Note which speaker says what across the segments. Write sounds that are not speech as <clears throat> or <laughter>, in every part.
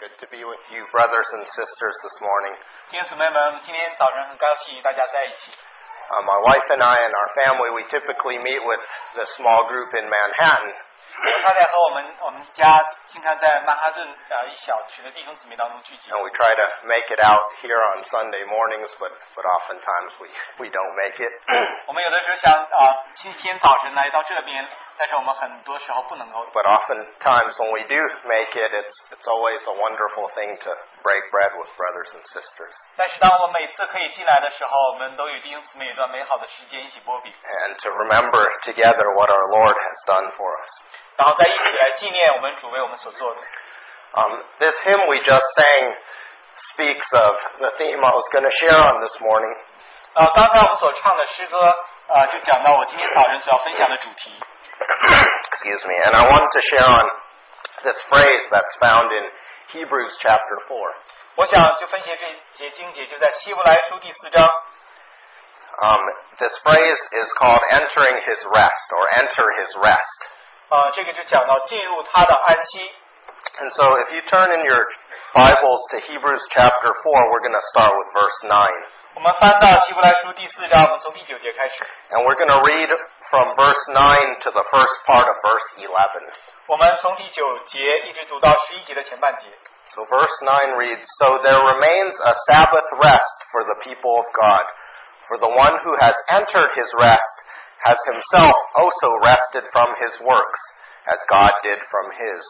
Speaker 1: Good to be with you, brothers and sisters, this morning.
Speaker 2: 弟兄姊妹们，今天早上很高兴与大家在一起。
Speaker 1: Uh, my wife and I and our family, we typically meet with the small group in Manhattan.
Speaker 2: 我太太和我们我们家经常在曼哈顿呃一小群的弟兄姊妹当中聚集。
Speaker 1: And we try to make it out here on Sunday mornings, but, but oftentimes we, we don't make it. <clears throat>
Speaker 2: 我们有的时候想啊，星期天早晨来到这边，但是我们很多时候不能够。
Speaker 1: but oftentimes when we do make it, it's, it's always a wonderful thing to break bread with brothers and sisters.
Speaker 2: 但是当我们每次可以进来的时候，我们都与弟兄姊妹有一段美好的时间一起波比，
Speaker 1: And to remember together what our Lord has done for us.
Speaker 2: 然后再一起来纪念我们主为我们所做的。
Speaker 1: Um, this hymn we just sang speaks of the theme I was going to share on this morning.
Speaker 2: 呃，刚才我们所唱的诗歌呃，就讲到我今天早晨所要分享的主题。
Speaker 1: <coughs> Excuse me. And I wanted to share on this phrase that's found in Hebrews chapter 4.
Speaker 2: 我想就分析这节经节，就在希伯来书第四章
Speaker 1: Um, this phrase is called entering his rest or enter his rest.
Speaker 2: 呃，这个就讲到进入他的安息。
Speaker 1: And so if you turn in your Bibles to Hebrews chapter 4, we're going to start with verse 9.
Speaker 2: 我们翻到希伯来书第四章，我们从第九节开始，
Speaker 1: And we're going to read from verse 9 to the first part of verse 11.
Speaker 2: 我们从第九节一直读到十一节的前半节。
Speaker 1: So verse 9 reads, So there remains a Sabbath rest for the people of God. For the one who has entered his rest has himself also rested from his works, as God did from his.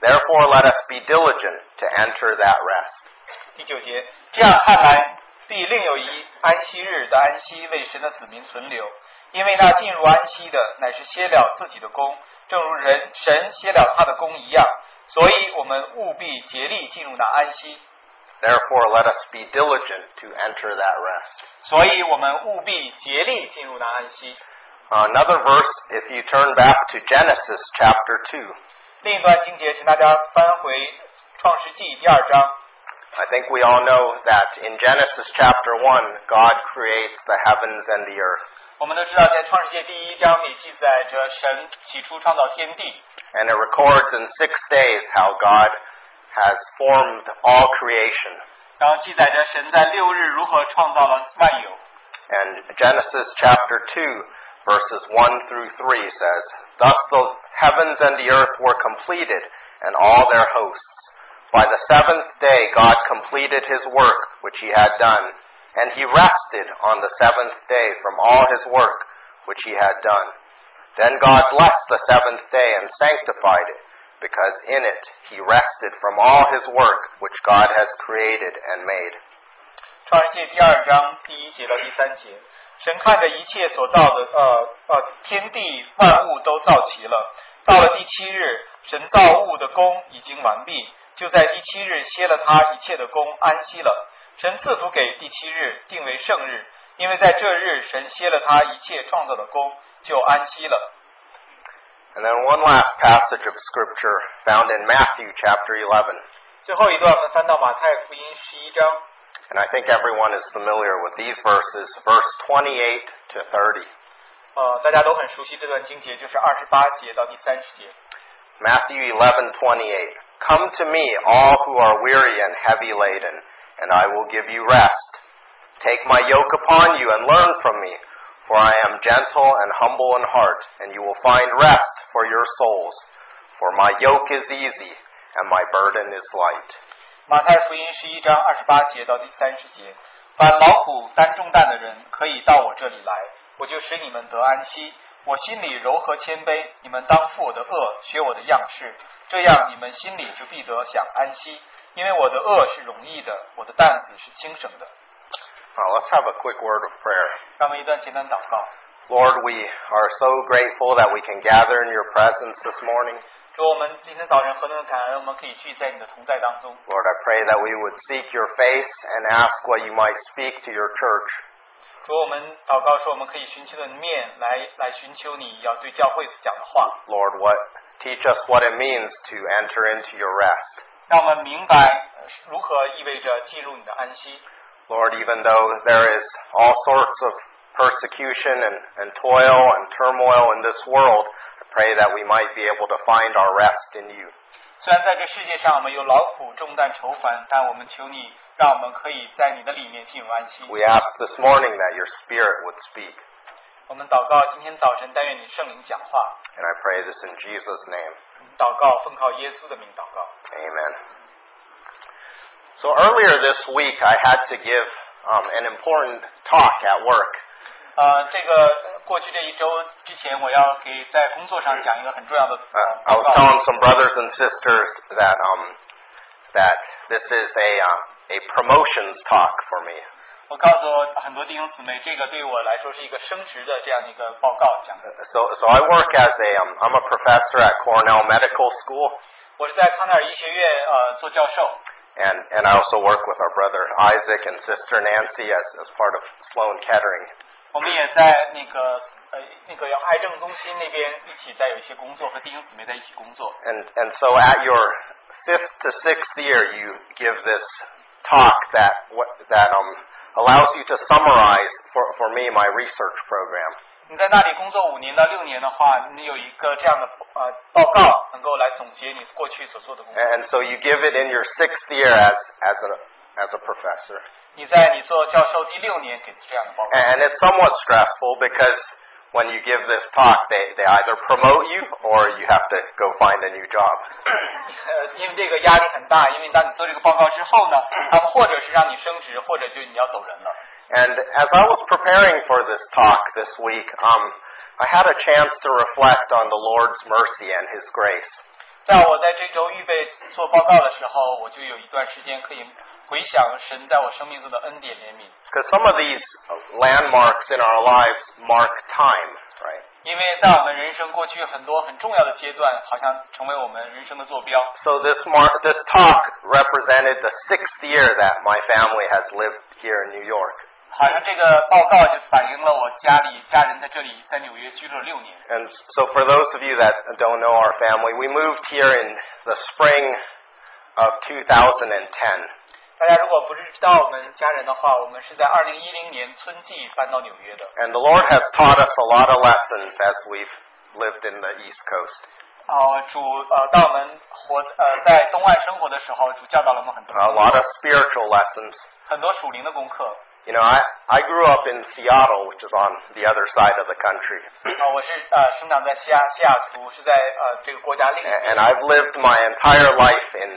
Speaker 1: Therefore let us be diligent to enter that rest.
Speaker 2: 第九节，这样看来，必另有一安息日的安息为神的子民存留，因为那进入安息的乃是歇了自己的功，正如人神歇了他的功一样。所以我们务必竭力进入那安息，
Speaker 1: Therefore let us be diligent to enter that rest.
Speaker 2: 所以我们务必竭力进入那安息。
Speaker 1: Uh, Another verse, if you turn back to Genesis chapter 2,
Speaker 2: 另一段经节，请大家翻回《创世纪》第二章。
Speaker 1: I think we all know that in Genesis chapter 1, God creates the heavens and the earth.
Speaker 2: 我们都知道，在创世界第一章里记载着神起初创造天地，
Speaker 1: And it records in six days how God has formed all creation.
Speaker 2: 然后记载着神在六日如何创造了万有。
Speaker 1: And Genesis chapter 2, verses 1 through 3 says, Thus the heavens and the earth were completed, and all their hosts. By the seventh day God completed his work which he had done, and he rested on the seventh day from all his work which he had done. Then God blessed the seventh day and sanctified it, because in it he rested from all his work which God has created and made.
Speaker 2: 创世界第二章第一节到第三节，神看着一切所造的，呃呃，天地万物都造齐了。到了第七日，神造物的功已经完毕，就在第七日歇了他一切的功，安息了。神赐福给第七日，定为圣日，因为在这日神歇了他一切创造的功，就安息了。
Speaker 1: And then one last passage of scripture found in Matthew chapter 11.
Speaker 2: 最后一段，我们翻到马太福音十一章，
Speaker 1: And I think everyone is familiar with these verses, verse 28 to 30.
Speaker 2: 呃，大家都很熟悉这段经节，就是二十八节到第三十节。
Speaker 1: Matthew 11:28 Come to me all who are weary and heavy laden and I will give you rest Take my yoke upon you and learn from me for I am gentle and humble in heart and you will find rest for your souls for my yoke is easy and my burden is light
Speaker 2: 马太福音十一章二十八节到第三十节，凡劳苦担重担的人，可以到我这里来，我就使你们得安息。我心里柔和谦卑，你们当负我的恶，学我的样式，这样你们心里就必得享安息。因为我的恶是容易的，我的担子是轻省的。
Speaker 1: Now let's have a quick word of prayer
Speaker 2: 让我们一段简单祷告。
Speaker 1: Lord, we are so grateful that we can gather in your presence this morning.
Speaker 2: 主，我们今天早晨何等的感恩，我们可以聚在你的同在当中。
Speaker 1: Lord, I pray that we would seek your face and ask what you might speak to your church.
Speaker 2: 主，我们祷告说，我们可以寻求你的面来来寻求你要对教会所讲的话，
Speaker 1: Lord, what teach us what it means to enter into your rest.
Speaker 2: 让我们明白呃如何意味着进入你的安息。
Speaker 1: Lord, even though there is all sorts of persecution and, and toil and turmoil in this world, I pray that we might be able to find our rest in you.
Speaker 2: 虽然在这世界上我们有劳苦重担愁烦，但我们求你，让我们可以在你的里面进入安息。
Speaker 1: We ask this morning that your Spirit would speak,
Speaker 2: 我们祷告，今天早晨但愿你圣灵讲话。
Speaker 1: and I pray this in Jesus' name.
Speaker 2: 祷告，奉靠耶稣的名祷告。
Speaker 1: Amen. So earlier this week, I had to give um, an important talk at work,
Speaker 2: 呃，这个呃过去这一周之前，我要给在工作上讲一个很重要的
Speaker 1: Uh, I
Speaker 2: 呃报
Speaker 1: was
Speaker 2: 告。
Speaker 1: telling some brothers and sisters that um, that this is a uh, a promotions talk for me.
Speaker 2: 我告诉很多弟兄姊妹，这个对我来说是一个升职的这样一个报告讲的。
Speaker 1: So so I work as a um, I'm a professor at Cornell Medical School,
Speaker 2: 我是在康奈尔医学院呃做教授，
Speaker 1: and and I also work with our brother Isaac and sister Nancy as as part of Sloan Kettering.
Speaker 2: 我们也在那个呃那个癌症中心那边一起在有一些工作，和弟兄姊妹在一起工作。
Speaker 1: And and so at your fifth to sixth year, you give this talk that what that um allows you to summarize for for me my research program.
Speaker 2: 你在那里工作五年到六年的话，你有一个这样的呃报告，能够来总结你过去所做的工作。
Speaker 1: And so you give it in your sixth year as as a as a professor.
Speaker 2: 你在你做教授第六年给出这样的报告，
Speaker 1: And it's somewhat stressful because when you give this talk, they they either promote you or you have to go find a new job.
Speaker 2: 呃，因为这个压力很大，因为当你做这个报告之后呢，他们或者是让你升职，或者就你要走人了。
Speaker 1: And as I was preparing for this talk this week, um, I had a chance to reflect on the Lord's mercy and His grace.
Speaker 2: 在我在这周预备做报告的时候，我就有一段时间可以回想神在我生命中的恩典怜悯，
Speaker 1: Because some of these landmarks in our lives mark time, right?
Speaker 2: 因为在我们人生过去很多很重要的阶段，好像成为我们人生的坐标。
Speaker 1: So this mar- this talk represented the sixth year that my family has lived here in New York,
Speaker 2: 好像这个报告就反映了我家里家人在这里在纽约居住了六年。
Speaker 1: and so for those of you that don't know our family, we moved here in the spring of 2010,
Speaker 2: 大家如果不是知道我们家人的话，我们是在二零一零年春季搬到纽约的。
Speaker 1: and the Lord has taught us a lot of lessons as we've lived in the East Coast.
Speaker 2: 哦，主呃，当我们活呃在东岸生活的时候，主教导啊了我们很多
Speaker 1: A lot of spiritual lessons.
Speaker 2: 很多属灵的功课。啊
Speaker 1: You know, I I grew up in Seattle, which is on the other side of the country.
Speaker 2: 啊、我是呃生长在西雅西雅图，是在呃这个国家另一
Speaker 1: and I've lived my entire life in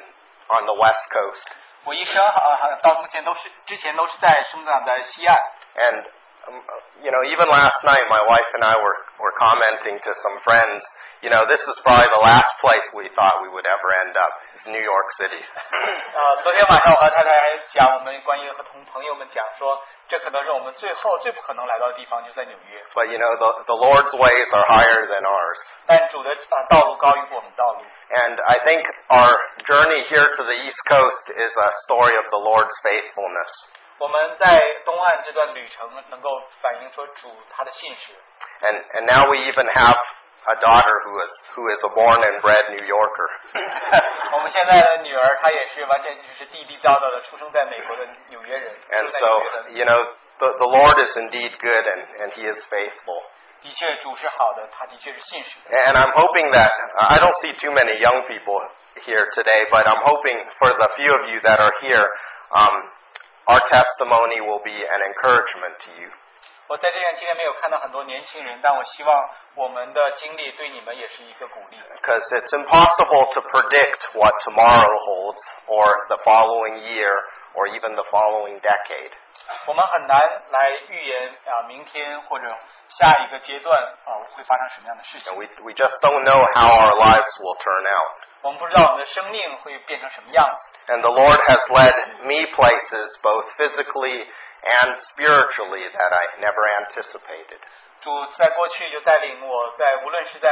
Speaker 1: on the West Coast.
Speaker 2: 我一生好像、到目前都是之前都是在生长在西岸。
Speaker 1: And um, you know, even last night, my wife and I were were commenting to some friends. You know, this is probably the last place we thought we would ever end up is New York City. <laughs>
Speaker 2: 呃，昨天晚上我和太太还讲，我们关于和同朋友们讲说，这可能是我们最后最不可能来到的地方，就在纽约。
Speaker 1: but you know, the the Lord's ways are higher than ours.
Speaker 2: 但主的呃道路高于我们的道路。
Speaker 1: And I think our journey here to the East Coast is a story of the Lord's faithfulness.
Speaker 2: 我们在东岸这段旅程能够反映说主他的信实。
Speaker 1: And and now we even have a daughter who is who is a born and bred New Yorker. <laughs>
Speaker 2: 我们现在的女儿她也是完全就是地地道道的出生在美国的纽约人，
Speaker 1: And
Speaker 2: 出生
Speaker 1: so,
Speaker 2: 在纽约人
Speaker 1: you know, the, the Lord is indeed good and, and He is faithful.
Speaker 2: 的确主是好的，他的确是信实的。
Speaker 1: And I'm hoping that, I don't see too many young people here today, but I'm hoping for the few of you that are here, um, our testimony will be an encouragement to you.
Speaker 2: 我在这段期间没有看到很多年轻人，但我希望我们的经历对你们也是一个鼓励。
Speaker 1: Because it's impossible to predict what tomorrow holds, or the following year, or even the following decade.
Speaker 2: 我们很难来预言啊、明天或者下一个阶段啊、会发生什么样的事
Speaker 1: And
Speaker 2: 情。
Speaker 1: we, we just don't know how our lives will turn out.
Speaker 2: 我们不知道我们的生命会变成什么样子。
Speaker 1: And the Lord has led me places both physically and spiritually that I never anticipated.
Speaker 2: 主在过去就带领我在无论是在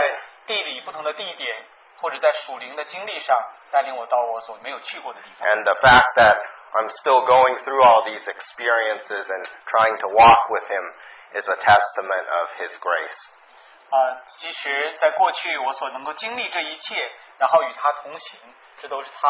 Speaker 2: 地理不同的地点，或者在属灵的经历上，带领我到我所没有去过的地方。
Speaker 1: And the fact that I'm still going through all these experiences and trying to walk with Him is a testament of His grace.
Speaker 2: 啊、其实，在过去我所能够经历这一切，然后与他同行，这都是他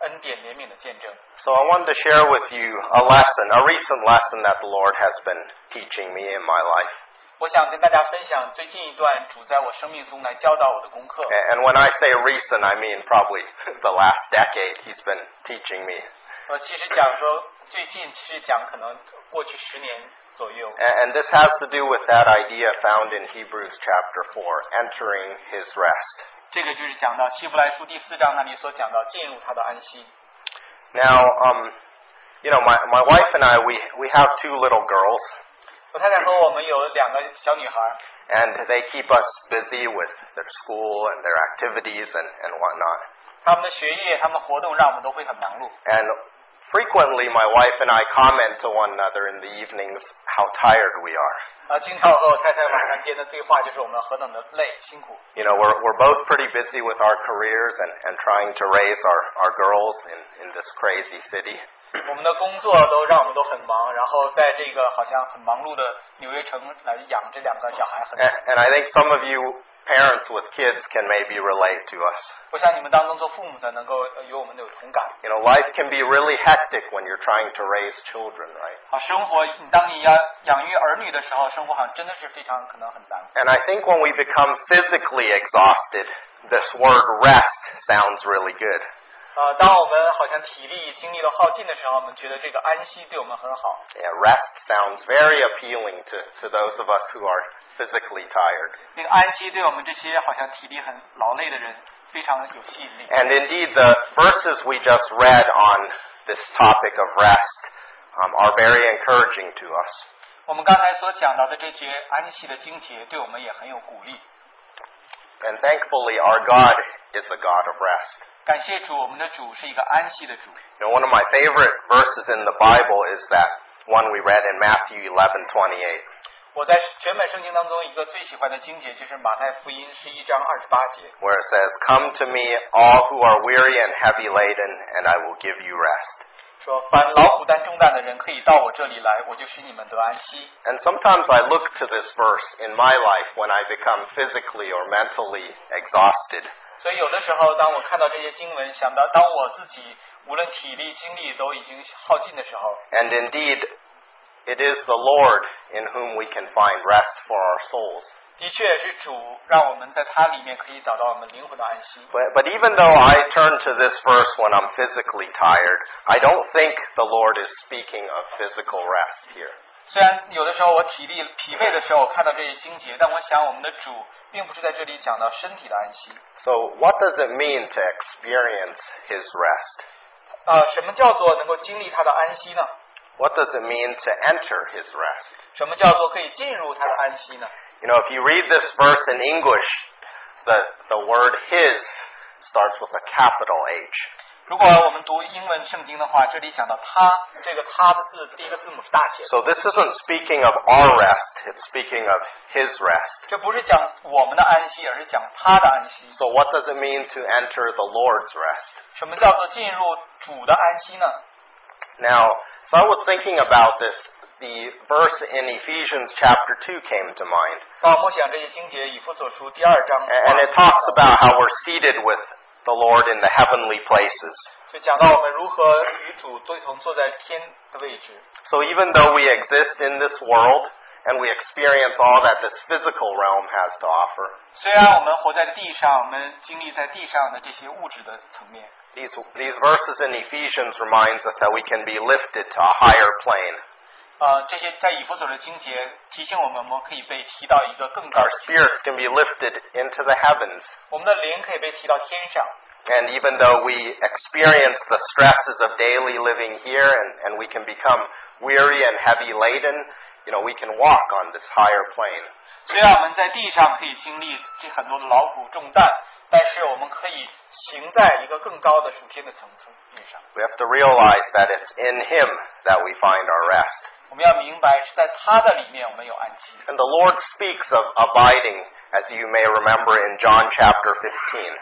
Speaker 2: 恩典怜悯的见证。
Speaker 1: So I wanted to share with you a lesson, a recent lesson that the Lord has been teaching me in my life.
Speaker 2: 我想跟大家分享最近一段主在我生命中来教导我的功课。
Speaker 1: A- And when I say recent, I mean probably <laughs> the last decade he's been teaching me.
Speaker 2: 呃，其实讲说最近，其实讲可能过去十年左右。
Speaker 1: A- And this has to do with that idea found in Hebrews chapter 4, entering his rest.
Speaker 2: 这个就是讲到希伯来书第四章那里所讲到进入他的安息。
Speaker 1: Now, um, you know, my, my wife and I, we, we have two little girls,
Speaker 2: 我太太和我们有两个小女孩，
Speaker 1: and they keep us busy with their school and their activities and, and whatnot.
Speaker 2: 她们的学业、她们活动让我们都会很忙碌。
Speaker 1: And frequently, my wife and I comment to one another in the evenings how tired we are.
Speaker 2: 啊，经常和我太太晚上间的对话就是我们何等的累辛苦。
Speaker 1: You know, we're, we're both pretty busy with our careers and, and trying to raise our, our girls in, in this crazy city.
Speaker 2: 我们的工作都让我们都很忙，然后在这个好像很忙碌的纽约城来养这两个小孩很。
Speaker 1: And, and I think some of you parents with kids can maybe relate to us.
Speaker 2: 我想你们当中做父母的能够呃与我们有同感
Speaker 1: You know, life can be really hectic when you're trying to raise children, right?
Speaker 2: 啊。生活，你当你要养育儿女的时候，生活好像真的是非常可能很难。
Speaker 1: And I think when we become physically exhausted, this word rest sounds really good.
Speaker 2: 呃，当我们好像体力精力都耗尽的时候，我们觉得这个安息对我们很好。
Speaker 1: Yeah, rest sounds very appealing to, to those of us who are physically tired.
Speaker 2: 那个安息对我们这些好像体力很劳累的人非常有吸引力。
Speaker 1: And indeed, the verses we just read on this topic of rest um, are very encouraging to us.
Speaker 2: 我们刚才所讲到的这些安息的经节，对我们也很有鼓励。
Speaker 1: And thankfully, our God is a God of rest.
Speaker 2: 感谢主，我们的主是一个安息的主。
Speaker 1: You know, one of my favorite verses in the Bible is that one we read in Matthew 11:28.
Speaker 2: 我在全本圣经当中一个最喜欢的经节就是马太福音十一章二十八节，
Speaker 1: where it says, Come to me, all who are weary and heavy laden, and I will give you rest.
Speaker 2: 说凡劳苦担重担的人可以到我这里来，我就使你们得安息。
Speaker 1: And sometimes I look to this verse in my life when I become physically or mentally exhausted.
Speaker 2: 所以有的时候，当我看到这些经文，想到当我自己无论体力精力都已经耗尽的时候，
Speaker 1: And indeed, it is the Lord in whom we can find rest for our souls.
Speaker 2: 的确是主让我们在它里面可以找到我们灵魂的安息。
Speaker 1: But, but even though I turn to this verse when I'm physically tired, I don't think the Lord is speaking of physical rest here.
Speaker 2: 虽然有的时候我体力疲惫的时候，我看到这些经节，但我想我们的主并不是在这里讲到身体的安息。
Speaker 1: So, what does it mean to experience His rest?
Speaker 2: 呃，什么叫做能够经历他的安息呢？
Speaker 1: What does it mean to enter his rest?
Speaker 2: 什么叫做可以进入他的安息呢？
Speaker 1: You know, if you read this verse in English, the, the word his starts with a capital H.
Speaker 2: 如果我们读英文圣经的话，这里讲到他这个他的字，第一个字母是大写的，
Speaker 1: So this isn't speaking of our rest, it's speaking of his rest.
Speaker 2: 这不是讲我们的安息，而是讲他的安息。
Speaker 1: So what does it mean to enter the Lord's rest?
Speaker 2: 什么叫做进入主的安息呢？
Speaker 1: Now, so I was thinking about this, the verse in Ephesians chapter 2 came to mind.
Speaker 2: 让哦我默想这些经节，以弗所书第二章
Speaker 1: a- And it talks about how we're seated with the Lord in the heavenly places.
Speaker 2: 就讲到我们如何与主对同坐在天的位置。
Speaker 1: So even though we exist in this world and we experience all that this physical realm has to offer,
Speaker 2: 虽然我们活在地上，我们经历在地上的这些物质的层面，
Speaker 1: these, these verses in Ephesians reminds us that we can be lifted to a higher plane.
Speaker 2: 呃，这些在以弗所的经节提醒我们，我们可以被提到一个更高
Speaker 1: Our
Speaker 2: 的境界
Speaker 1: spirits can be lifted into the heavens.
Speaker 2: 我们的灵可以被提到天上。
Speaker 1: And even though we experience the stresses of daily living here and, and we can become weary and heavy laden, you know, we can walk on this higher plane.
Speaker 2: 虽然我们在地上可以经历这很多的劳苦重担，但是我们可以行在一个更高的属天的层次面上。
Speaker 1: We have to realize that it's in Him that we find our rest.
Speaker 2: 我们要明白是在他的里面我们有安息。
Speaker 1: And the Lord speaks of abiding, as you may remember in John chapter 15.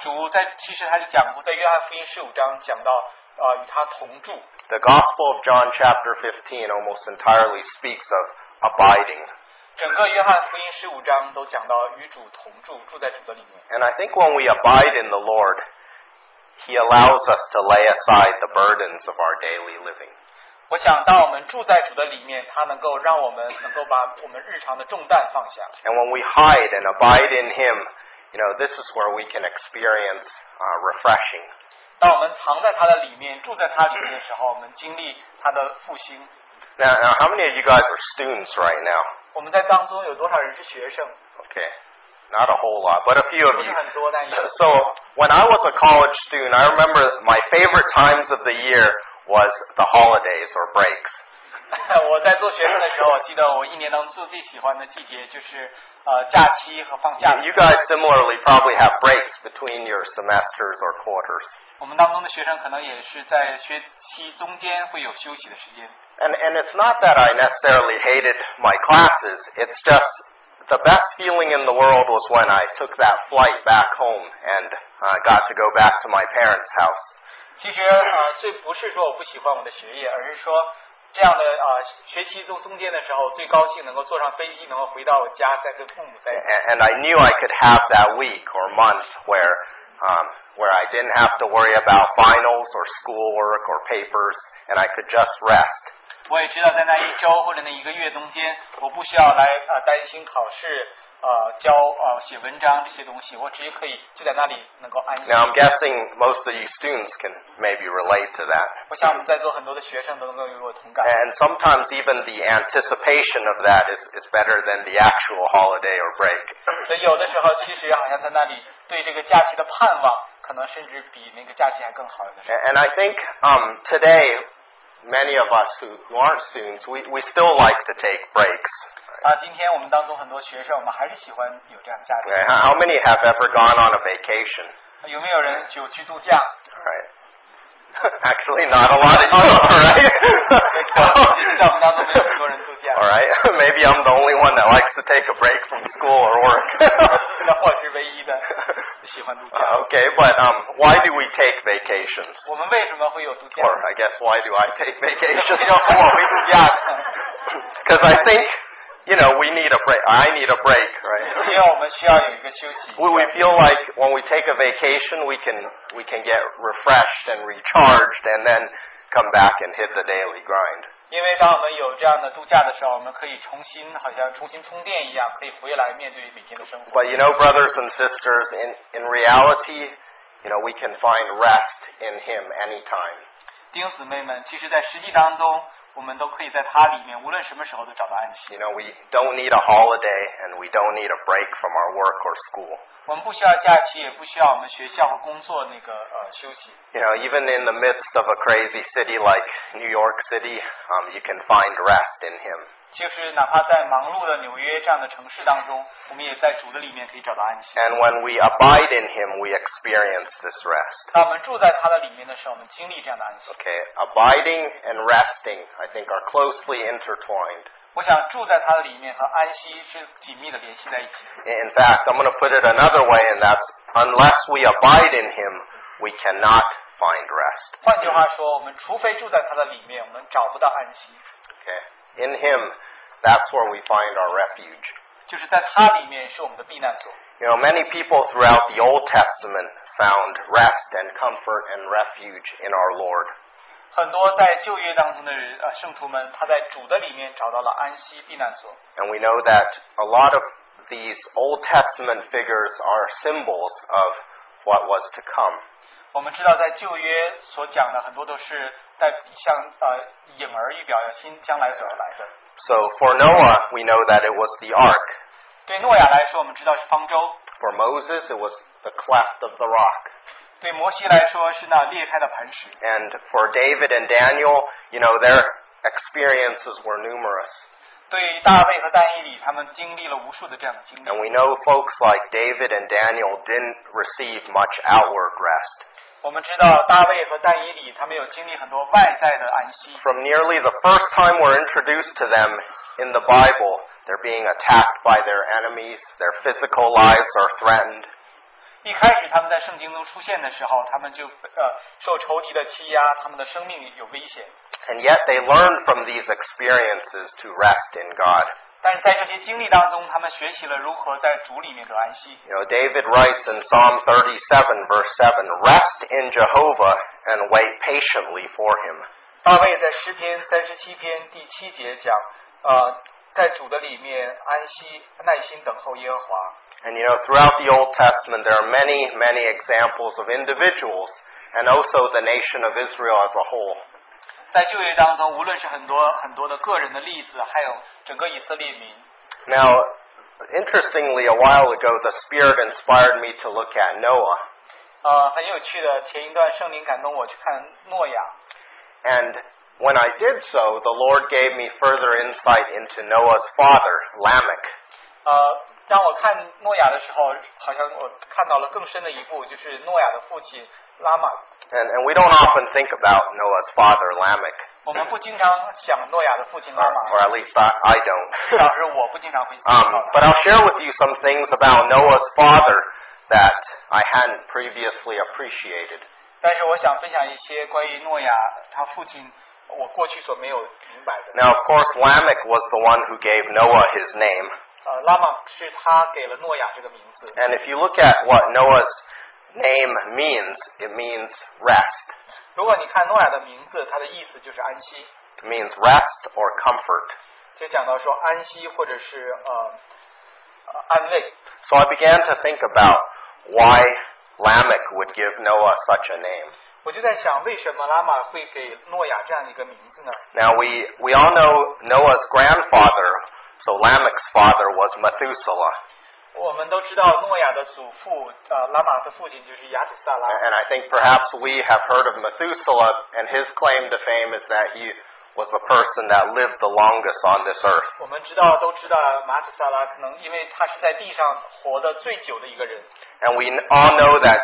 Speaker 2: 主在其实他就讲过，在约翰福音十五章讲到，呃，与他同住。
Speaker 1: The Gospel of John chapter 15 almost entirely speaks of abiding.
Speaker 2: 整个约翰福音十五章都讲到与主同住，住在主的里面。
Speaker 1: And I think when we abide in the Lord, He allows us to lay aside the burdens of our daily living.
Speaker 2: 我我想，当我们住在主的里面，他能够让我们能够把 <laughs> 我们日常的重担放下。
Speaker 1: And when we hide and abide in Him, you know, this is where we can experience uh, refreshing.
Speaker 2: 当我们藏在他的里面，住在他里面的时候，我们经历他的复兴。
Speaker 1: Now, now, how many of you guys are students right now?
Speaker 2: 我们在当中有多少人是学生？
Speaker 1: Okay, not a whole lot, but a few
Speaker 2: 不
Speaker 1: of
Speaker 2: 是
Speaker 1: you.
Speaker 2: 很多，但有。
Speaker 1: So when I was a college student, I remember my favorite times of the year was the holidays or breaks.
Speaker 2: <laughs> 我在做学生的时候，我记得我一年当中最喜欢的季节就是呃假期和放假。
Speaker 1: You guys similarly probably have breaks between your semesters or quarters.
Speaker 2: 我们当中的学生可能也是在学期中间会有休息的时间。
Speaker 1: And, and it's not that I necessarily hated my classes. It's just the best feeling in the world was when I took that flight back home and uh, got to go back to my parents' house.
Speaker 2: 其实呃，最不是说我不喜欢我的学业，而是说这样的呃学期中中间的时候，最高兴能够坐上飞机，能够回到家，再跟父母在一起。
Speaker 1: And, and I knew I could have that week or month where, um, where I didn't have to worry about finals or schoolwork or papers, and I could just rest.
Speaker 2: 我也知道，在那一周或者那一个月中间，我不需要来呃担心考试、呃教呃写文章这些东西，我直接可以就在那里能够安心。
Speaker 1: Now I'm guessing most of you students can maybe relate to that.
Speaker 2: 我想我们在座很多的学生都能够与我同感。
Speaker 1: And sometimes even the anticipation of that is, is better than the actual holiday or break.
Speaker 2: 所以有的时候，其实好像在那里对这个假期的盼望，可能甚至比那个假期还更好。有的时候
Speaker 1: A- And I think um, today, many of us who, who aren't students, we, we still like to take breaks.
Speaker 2: 啊，今天我们当中很多学生，我们还是喜欢有这样的假
Speaker 1: Okay,
Speaker 2: 期。
Speaker 1: How how many have ever gone on a vacation?
Speaker 2: 有没有人有去度假？
Speaker 1: Right. <laughs> Actually, not a lot of you, <laughs> right? <laughs>
Speaker 2: 在我们当中没有很多人度假 <laughs>
Speaker 1: all，right. <laughs> Maybe I'm the only one that likes to take a break from school or work. <laughs>
Speaker 2: 那或者是唯一的喜欢度假。
Speaker 1: okay, but um, why do we take vacations?
Speaker 2: 我们为什么会有度假
Speaker 1: Or？I guess why do I take
Speaker 2: 这
Speaker 1: vacations?
Speaker 2: 叫我为
Speaker 1: <laughs>
Speaker 2: 度假的，
Speaker 1: Because I think you know we need a break. I need a break, right?
Speaker 2: 因为我们需要有一个休息。
Speaker 1: We, we feel like when we take a vacation, we can we can get refreshed and recharged, and then come back and hit the daily grind.
Speaker 2: 因为当我们有这样的度假的时候，我们可以重新好像重新充电一样，可以回来面对每天的生活。
Speaker 1: But you know, brothers and sisters, in, in reality, you know, we can find rest in Him anytime.
Speaker 2: 弟兄姊妹们，其实，在实际当中，我们都可以在它里面，无论什么时候都找到安息。
Speaker 1: You know, we don't need a holiday and we don't need a break from our work or school.
Speaker 2: 我们不需要假期，也不需要我们学校和工作那个呃休息。
Speaker 1: You know, even in the midst of a crazy city like New York City, um, you can find rest in Him.
Speaker 2: 就是哪怕在忙碌的纽约这样的城市当中，我们也在主的里面可以找到安息。
Speaker 1: And when we abide in Him, we experience this rest.
Speaker 2: 当我们住在它的里面的时候，我们经历这样的安息。
Speaker 1: Okay, abiding and resting, I think, are closely intertwined.
Speaker 2: 我想住在它的里面和安息是紧密的联系在一起。
Speaker 1: In fact, I'm going to put it another way, and that's unless we abide in Him, we cannot find rest.
Speaker 2: 换句话说，我们除非住在它的里面，我们找不到安息。
Speaker 1: Okay? In Him, that's where we find our refuge.
Speaker 2: 就是在它里面是我们的避难所。
Speaker 1: You know, many people throughout the Old Testament found rest and comfort and refuge in our Lord.
Speaker 2: 很多在旧约当中的人呃圣徒们，他在主的里面找到了安息避难所。
Speaker 1: And we know that a lot of these Old Testament figures are symbols of what was to come.
Speaker 2: 我们知道，在旧约所讲的很多都是在像呃影儿预表要新将来所而来的。
Speaker 1: So for Noah, we know that it was the ark.
Speaker 2: 对诺亚来说，我们知道是方舟；
Speaker 1: For Moses, it was the cleft of the rock.
Speaker 2: 对摩西来说是那裂开的磐石；
Speaker 1: And for David and Daniel, you know, their experiences were numerous.
Speaker 2: 对大卫和但以理，他们经历了无数的这样的经历。
Speaker 1: And we know folks like David and Daniel didn't receive much outward rest.
Speaker 2: 我们知道大卫和但以理，他们有经历很多外在的安息。
Speaker 1: From nearly the first time we're introduced to them in the Bible, they're being attacked by their enemies, their physical lives are threatened.
Speaker 2: 一开始他们在圣经中出现的时候，他们就呃受仇敌的欺压，他们的生命有危险。
Speaker 1: And yet they learned from these experiences to rest in God.
Speaker 2: 但是在这些经历当中，他们学习了如何在主里面得安息。
Speaker 1: You know, David writes in Psalm 37, verse 7, Rest in Jehovah and wait patiently for him.
Speaker 2: 大卫在诗篇三十七篇第七节讲，呃，在主的里面安息，耐心等候耶和华。
Speaker 1: And you know, throughout the Old Testament, there are many, many examples of individuals and also the nation of Israel as a whole.
Speaker 2: 在旧约当中，无论是很多很多的个人的例子，还有整个以色列民，
Speaker 1: Now, interestingly, a while ago, the Spirit inspired me to look at Noah.
Speaker 2: 呃，很有趣的。前一段圣灵感动我去看诺亚，
Speaker 1: And when I did so, the Lord gave me further insight into Noah's father, Lamech.
Speaker 2: 呃，当我看诺亚的时候，好像我看到了更深的一步，就是诺亚的父亲拉玛。
Speaker 1: And, and we don't often think about Noah's father, Lamech,
Speaker 2: 我们不经常想诺亚的父亲
Speaker 1: or,
Speaker 2: 拉
Speaker 1: or
Speaker 2: 玛，
Speaker 1: at least I, I don't. <laughs>
Speaker 2: 至少是我不经常会想
Speaker 1: um,
Speaker 2: 到的。
Speaker 1: but I'll share with you some things about Noah's father that I hadn't previously appreciated.
Speaker 2: 但是我想分享一些关于诺亚他父亲，我过去所没有明白的。
Speaker 1: Now, of course, Lamech was the one who gave Noah his name.
Speaker 2: 呃，拉玛是他给了诺亚这个名字。
Speaker 1: And if you look at what Noah's name means, it means rest.
Speaker 2: 如果你看诺亚的名字，它的意思就是安息，
Speaker 1: It means rest or comfort.
Speaker 2: 就讲到说安息或者是呃呃安慰。
Speaker 1: So I began to think about why Lamech would give Noah such a name.
Speaker 2: 我就在想，为什么拉玛会给诺亚这样一个名字呢？
Speaker 1: Now we, we all know Noah's grandfather, so Lamech's father was Methuselah.
Speaker 2: 我们都知道诺亚的祖父呃拉玛的父亲就是亚土萨拉，
Speaker 1: And I think perhaps we have heard of Methuselah, and his claim to fame is that he was the person that lived the longest on this earth.
Speaker 2: 我们知道都知道马土萨拉，可能因为他是在地上活得最久的一个人。
Speaker 1: And we all know that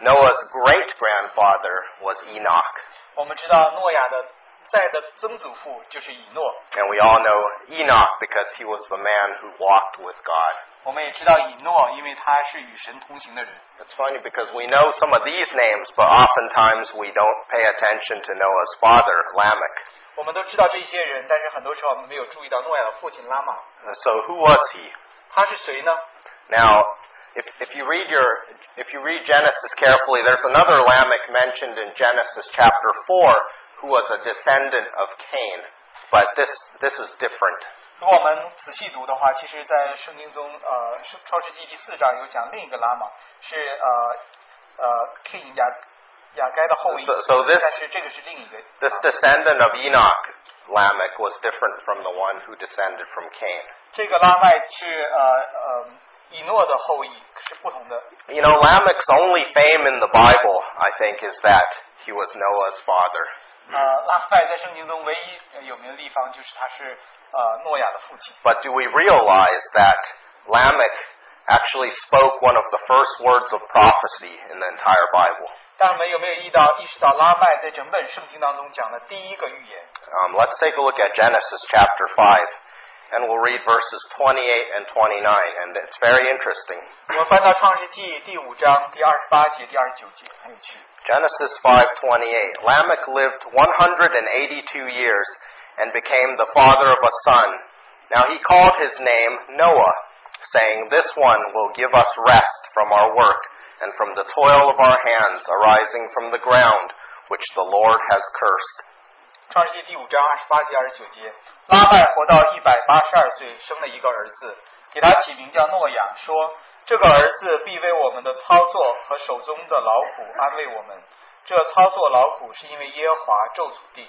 Speaker 1: Noah's great grandfather was Enoch.
Speaker 2: 我们知道诺亚的在的曾祖父就是以诺，
Speaker 1: And we all know Enoch because he was the man who walked with God.
Speaker 2: 我们也知道以诺，因为他是与神同行的人。
Speaker 1: It's funny because we know some of these names, but oftentimes we don't pay attention to Noah's father, Lamech.
Speaker 2: 我们都知道这些人，但是很多时候我们没有注意到诺亚的父亲拉玛，
Speaker 1: Uh, So who was he?
Speaker 2: 他是谁呢？
Speaker 1: Now, if, if you read your if you read Genesis carefully, there's another Lamech mentioned in Genesis chapter four, who was a descendant of Cain. But this this is different.
Speaker 2: 如果我们仔细读的话，其实，在圣经中，呃，是创世纪第四章有讲另一个拉玛是呃呃 King 雅雅该的后裔
Speaker 1: So- so this-
Speaker 2: 但是这个是另一个
Speaker 1: This descendant of Enoch, Lamech, was different from the one who descended from Cain.
Speaker 2: 这个拉麦是呃呃以诺的后裔，是不同的。
Speaker 1: You know, Lamech's only fame in the Bible, I think, is that he was Noah's father.
Speaker 2: 呃，拉麦在圣经中唯一呃有名的地方就是他是呃诺亚的父亲。
Speaker 1: But do we realize that Lamech actually spoke one of the first words of prophecy in the entire Bible?
Speaker 2: 但是我们有没有意到意识到拉麦在整本圣经当中讲的第一个预言？
Speaker 1: Um, let's take a look at Genesis chapter 5, and we'll read verses 28 and 29, and it's very interesting.
Speaker 2: 我们翻到创世纪第五章第二十八节、第二十九节，很有趣。
Speaker 1: Genesis 5:28 Lamech lived 182 years and became the father of a son. Now he called his name Noah, saying, "This one will give us rest from our work and from the toil of our hands arising from the ground which the Lord has cursed."
Speaker 2: 创世纪第五章二十八节、二十九节，拉麦活到一百八十二岁，生了一个儿子，给他起名叫诺亚，说这个儿子必为我们的操作和手中的劳苦安慰我们。这操作劳苦是因为耶和华咒诅地。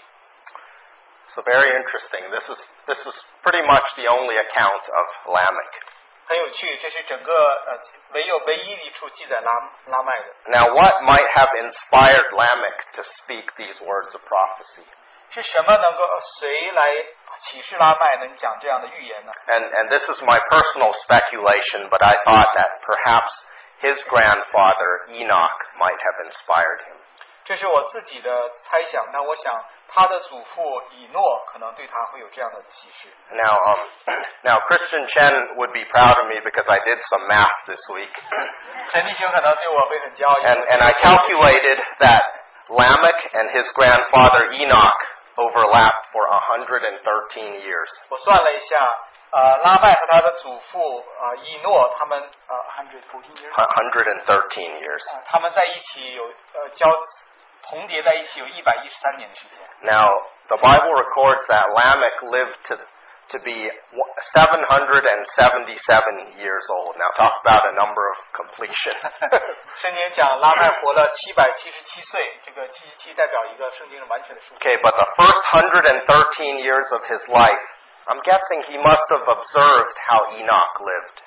Speaker 1: So very interesting. This is this is pretty much the only account of Lamech.
Speaker 2: 很有趣，这是整个呃唯有唯一一处记载拉拉麦的，
Speaker 1: Now what might have inspired Lamech to speak these words of prophecy?
Speaker 2: 是什么能够谁来启示拉麦能讲这样的预言呢？
Speaker 1: And, and this is my personal speculation, but I thought that perhaps his grandfather, Enoch, might have inspired him.
Speaker 2: 这是我自己的猜想，但我想他的祖父以诺可能对他会有这样的启示。
Speaker 1: Now, um, <clears throat> now Christian Chen would be proud of me because I did some math this week, <clears throat>
Speaker 2: 陈立行可能对我会很骄傲，
Speaker 1: and, and I calculated that Lamech and his grandfather Enoch overlapped for 113 years.
Speaker 2: 我算了一下，呃，拉麦和他的祖父呃以诺他们呃 hundred fourteen years，
Speaker 1: 113 years.
Speaker 2: 呃他们在一起有呃交重叠在一起有一百一十三年的时间。
Speaker 1: Now, the Bible records that Lamech lived to, to be 777 years old. Now, talk about a number of completion. <laughs>
Speaker 2: 圣经讲拉麦活了七百七十七岁，这个七十七代表一个圣经的完全的数字。
Speaker 1: okay, but the first 113 years of his life, I'm guessing he must have observed how Enoch lived.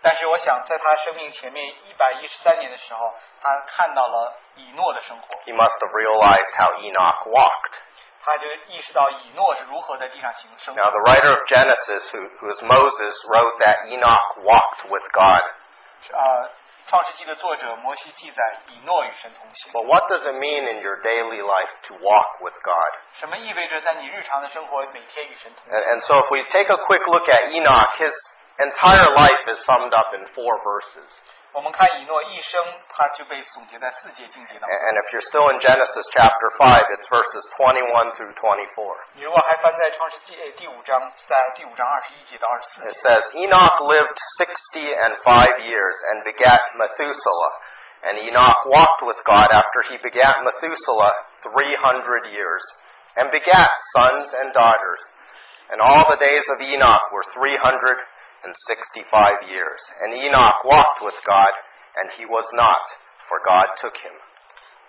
Speaker 2: 但是我想，在他生命前面一百一十三年的时候，他看到了以诺的生活，
Speaker 1: He must have realized how Enoch walked.
Speaker 2: 他就意识到以诺是如何在地上行生活
Speaker 1: Now, the writer of Genesis, who, who is Moses, wrote that Enoch walked with God.
Speaker 2: 呃，创世纪的作者摩西记载以诺与神同行，
Speaker 1: But what does it mean in your daily life to walk with God?
Speaker 2: 什么意味着在你日常的生活每天与神同
Speaker 1: And,
Speaker 2: 行？
Speaker 1: and so if we take a quick look at Enoch, his entire life is summed up in four verses.
Speaker 2: 我们看以诺一生，他就被总结在四节境界当
Speaker 1: And-
Speaker 2: 中。
Speaker 1: And if you're still in Genesis chapter 5, it's verses 21 through 24.
Speaker 2: 你如果还翻在创世纪呃第五章，在第五章二十一节到二十四
Speaker 1: It
Speaker 2: 节，
Speaker 1: says, Enoch lived 60 and 5 years and begat Methuselah. And Enoch walked with God after he begat Methuselah 300 years and begat sons and daughters. And all the days of Enoch were 365 years. And Enoch walked with God, and he was not, for God took him.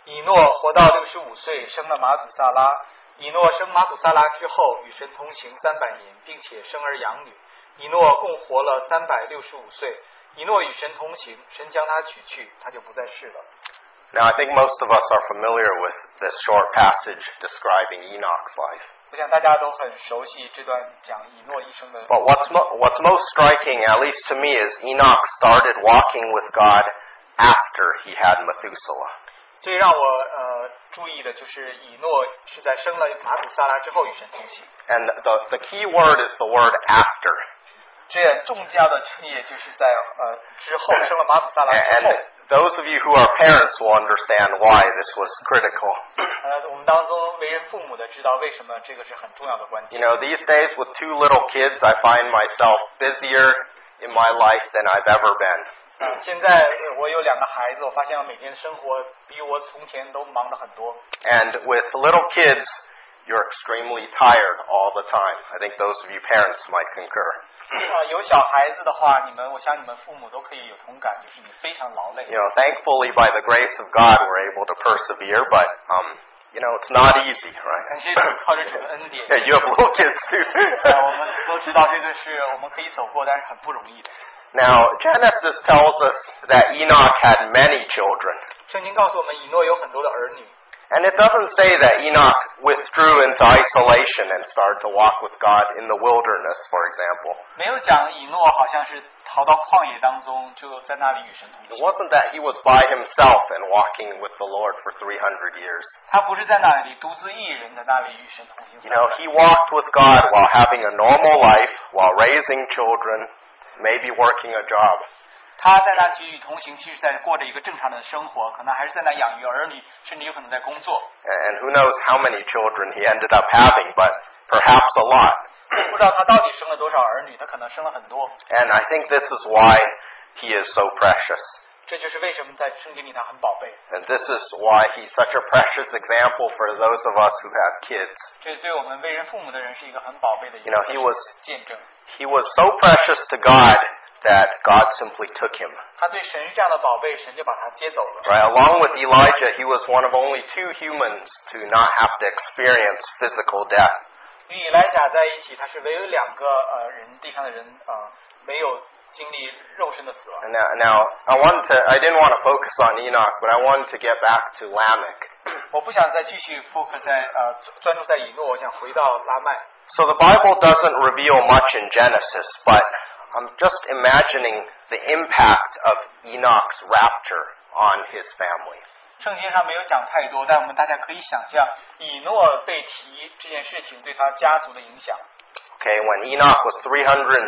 Speaker 2: 以诺活到六十五岁，生了马土萨拉。以诺生马土萨拉之后，与神同行三百年，并且生儿养女。以诺共活了三百六十五岁。以诺与神同行，神将他取去，他就不再世了。
Speaker 1: Now, I think most of us are familiar with this short passage describing Enoch's life.
Speaker 2: 我想大家都很熟悉这段讲以诺一生的。
Speaker 1: But what's, mo- what's most striking, at least to me, is Enoch started walking with God after he had Methuselah.
Speaker 2: 最让我呃注意的就是以诺是在生了马土萨拉之后与神同行。
Speaker 1: And the, the key word is the word after.
Speaker 2: 这重要的注意就是在呃之后生了马土萨拉
Speaker 1: A-
Speaker 2: 之
Speaker 1: And
Speaker 2: 后，
Speaker 1: those of you who are parents will understand why this was critical. <clears throat>
Speaker 2: 呃我们当中为人父母的知道为什么这个是很重要的关键。
Speaker 1: You know, these days with two little kids, I find myself busier in my life than I've ever been.
Speaker 2: 呃现在呃我有两个孩子，我发现我每天生活比我从前都忙得很多。
Speaker 1: And with little kids, you're extremely tired all the time. I think those of you parents might concur.
Speaker 2: 啊，有小孩子的话，你们我想你们父母都可以有同感，就是你非常劳累
Speaker 1: you。know, thankfully by the grace of God we're able to persevere, but um, you know, it's not easy,
Speaker 2: 感
Speaker 1: right?
Speaker 2: 谢主靠着主的恩典。
Speaker 1: Yeah, you have little kids too.
Speaker 2: 呃我们都知道这个是我们可以走过，但是很不容易的。
Speaker 1: now, Genesis tells us that Enoch had many children.
Speaker 2: 圣经告诉我们，以诺有很多的儿女，
Speaker 1: And it doesn't say that Enoch withdrew into isolation and started to walk with God in the wilderness, for example.
Speaker 2: 没有讲以诺好像是逃到旷野当中，就在那里与神同
Speaker 1: It
Speaker 2: 行。
Speaker 1: wasn't that he was by himself and walking with the Lord for 300 years.
Speaker 2: 他不是在那里独自一人，在那里与神同行
Speaker 1: You。know, he walked with God while having a normal life, while raising children, maybe working a job.
Speaker 2: 他在那与与同行，其实在过着一个正常的生活，可能还是在那养育儿女，甚至有可能在工作。
Speaker 1: And who knows how many children he ended up having, but perhaps a lot. <clears throat>
Speaker 2: 不知道他到底生了多少儿女，他可能生了很多。
Speaker 1: And I think this is why he is so precious.
Speaker 2: 这就是为什么在圣经里他很宝贝，
Speaker 1: And this is why he's such a precious example for those of us who have kids.
Speaker 2: 这对我们为人父母的人是一个很宝贝的一
Speaker 1: You know, he
Speaker 2: 个
Speaker 1: was
Speaker 2: 见证。
Speaker 1: he was so precious to God that God simply took him.
Speaker 2: 他对神是这样的宝贝，神就把他接走了。
Speaker 1: Right? Along with Elijah, he was one of only two humans to not have to experience physical death.
Speaker 2: 与以莱甲在一起，他是唯有两个呃人地上的人啊、呃没有经历肉身的死亡。
Speaker 1: And now, now I wanted to I didn't want to focus on Enoch, but I wanted to get back to Lamech.
Speaker 2: 我不想再继续 focus 在呃专专注在以诺，我想回到拉麦。
Speaker 1: So the Bible doesn't reveal much in Genesis, but I'm just imagining the impact of Enoch's rapture on his family.
Speaker 2: 圣经上没有讲太多，但我们大家可以想象以诺被提这件事情对他家族的影响。
Speaker 1: Okay, when Enoch was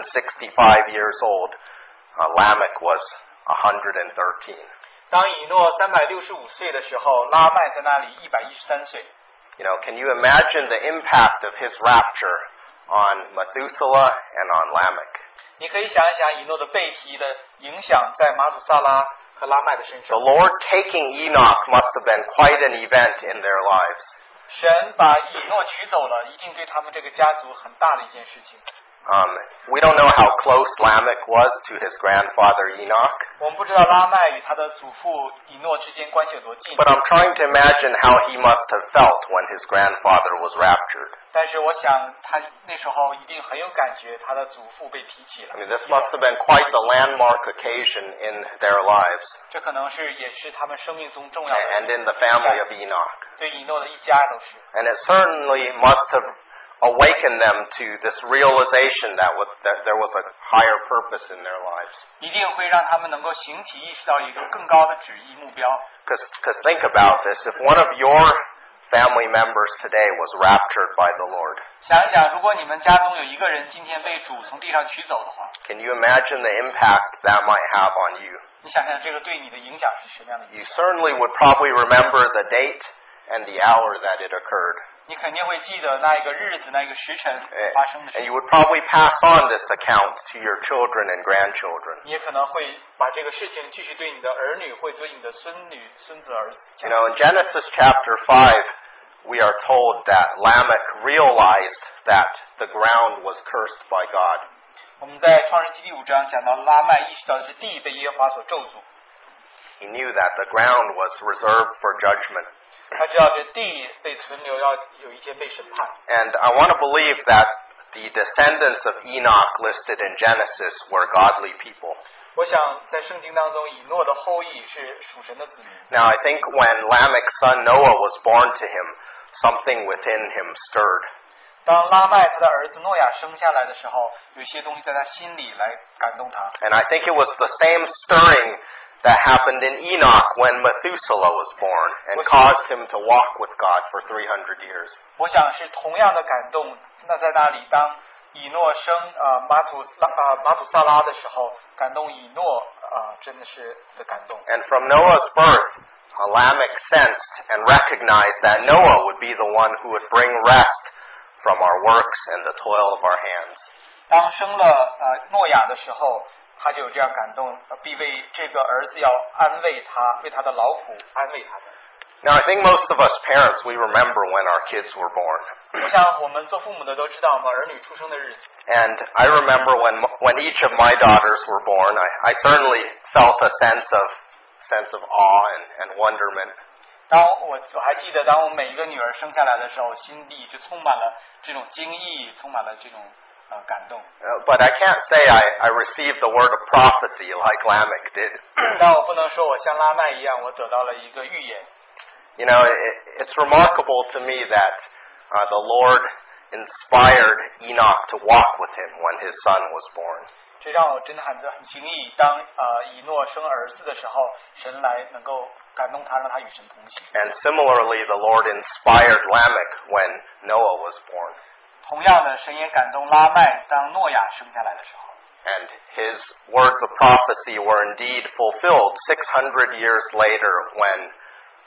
Speaker 1: 365 years old, uh, Lamech was 113.
Speaker 2: 当以诺三百六十五岁的时候，拉麦在那里一百一十三岁。
Speaker 1: You know, can you imagine the impact of his rapture on Methuselah and on Lamech?
Speaker 2: 你可以想一想以诺的被提的影响，在马祖萨拉和拉麦的身
Speaker 1: The
Speaker 2: 上。
Speaker 1: Lord taking Enoch must have been quite an event in their lives.
Speaker 2: 神把以诺取走了，一定对他们这个家族很大的一件事情。
Speaker 1: Um, we don't know how close Lamech was to his grandfather Enoch,
Speaker 2: 我们不知道拉麦与他的祖父以诺之间关系有多近，
Speaker 1: but I'm trying to imagine how he must have felt when his grandfather was raptured.
Speaker 2: 但是我想他那时候一定很有感觉，他的祖父被提起
Speaker 1: I
Speaker 2: 了。
Speaker 1: mean, this must have been quite the landmark occasion in their lives
Speaker 2: 这可能是也是他们生命中重要的
Speaker 1: and in the family of Enoch.
Speaker 2: 对以诺的一家都是。
Speaker 1: And it certainly must have awakened them to this realization that, wa- that there was a higher purpose in their lives.
Speaker 2: 一定会让他们能够醒起，意识到一个更高的旨意目标。
Speaker 1: Because think about this if one of your family members today was raptured by the Lord,
Speaker 2: 想一想，如果你们家中有一个人今天被主从地上取走的话，
Speaker 1: can you imagine the impact that might have on you?
Speaker 2: 你想想这个对你的影响是什么样的影
Speaker 1: You
Speaker 2: 响？
Speaker 1: certainly would probably remember the date and the hour that it occurred.
Speaker 2: 你肯定会记得那一个日子、那一个时辰
Speaker 1: Eh,
Speaker 2: 发生的
Speaker 1: And
Speaker 2: 事
Speaker 1: you，would probably pass on this account to your children and grandchildren.
Speaker 2: 你也可能会把这个事情继续对你的儿女，会对你的孙女、孙子、儿子
Speaker 1: You
Speaker 2: 讲。
Speaker 1: know, in Genesis chapter 5, we are told that Lamech realized that the ground was cursed by God.
Speaker 2: 我们在创世纪第五章讲到拉麦意识到的是地被耶和华所咒诅，
Speaker 1: He knew that the ground was reserved for judgment.
Speaker 2: 他知道这地被存留要有一天被审判。
Speaker 1: And I want to believe that the descendants of Enoch listed in Genesis were godly people.
Speaker 2: 我想在圣经当中，以诺的后裔是属神的子民。
Speaker 1: Now, I think when Lamech's son Noah was born to him, something within him stirred.
Speaker 2: 当拉麦他的儿子诺亚生下来的时候，有一些东西在他心里来感动他。
Speaker 1: And I think it was the same stirring that happened in Enoch when Methuselah was born and
Speaker 2: Was-
Speaker 1: caused him to walk with God for 300 years.
Speaker 2: 我想是同样的感动。那在那里，当以诺生啊、呃马土拉啊、马土萨拉的时候，感动以诺啊、呃真的是的感动。
Speaker 1: And from Noah's birth, Lamech sensed and recognized that Noah would be the one who would bring rest from our works and the toil of our hands.
Speaker 2: 当生了呃诺亚的时候，他就有这样感动，呃必为这个儿子要安慰他，为他的劳苦安慰他们。
Speaker 1: Now, I think most of us parents, we remember when our kids were born.
Speaker 2: 我想我们做父母的都知道，我们儿女出生的日子。
Speaker 1: And I remember when when each of my daughters were born, I, I certainly felt a sense of sense of awe and, and wonderment.
Speaker 2: 当我我还记得，当我每一个女儿生下来的时候，心里就充满了这种惊异，充满了这种呃感动。
Speaker 1: Uh, but I can't say I, I received the word of prophecy like Lamech did.
Speaker 2: 但我不能说我像拉麦一样，我得到了一个预言。
Speaker 1: You know, it, it's remarkable to me that uh, the Lord inspired Enoch to walk with him when his son was born.
Speaker 2: 这让我真的很很惊异。当呃以诺生儿子的时候，神来能够感动他，让他与神同行。
Speaker 1: And similarly, the Lord inspired Lamech when Noah was born.
Speaker 2: 同样的，神也感动拉麦，当诺亚生下来的时候，
Speaker 1: And his words of prophecy were indeed fulfilled 600 years later when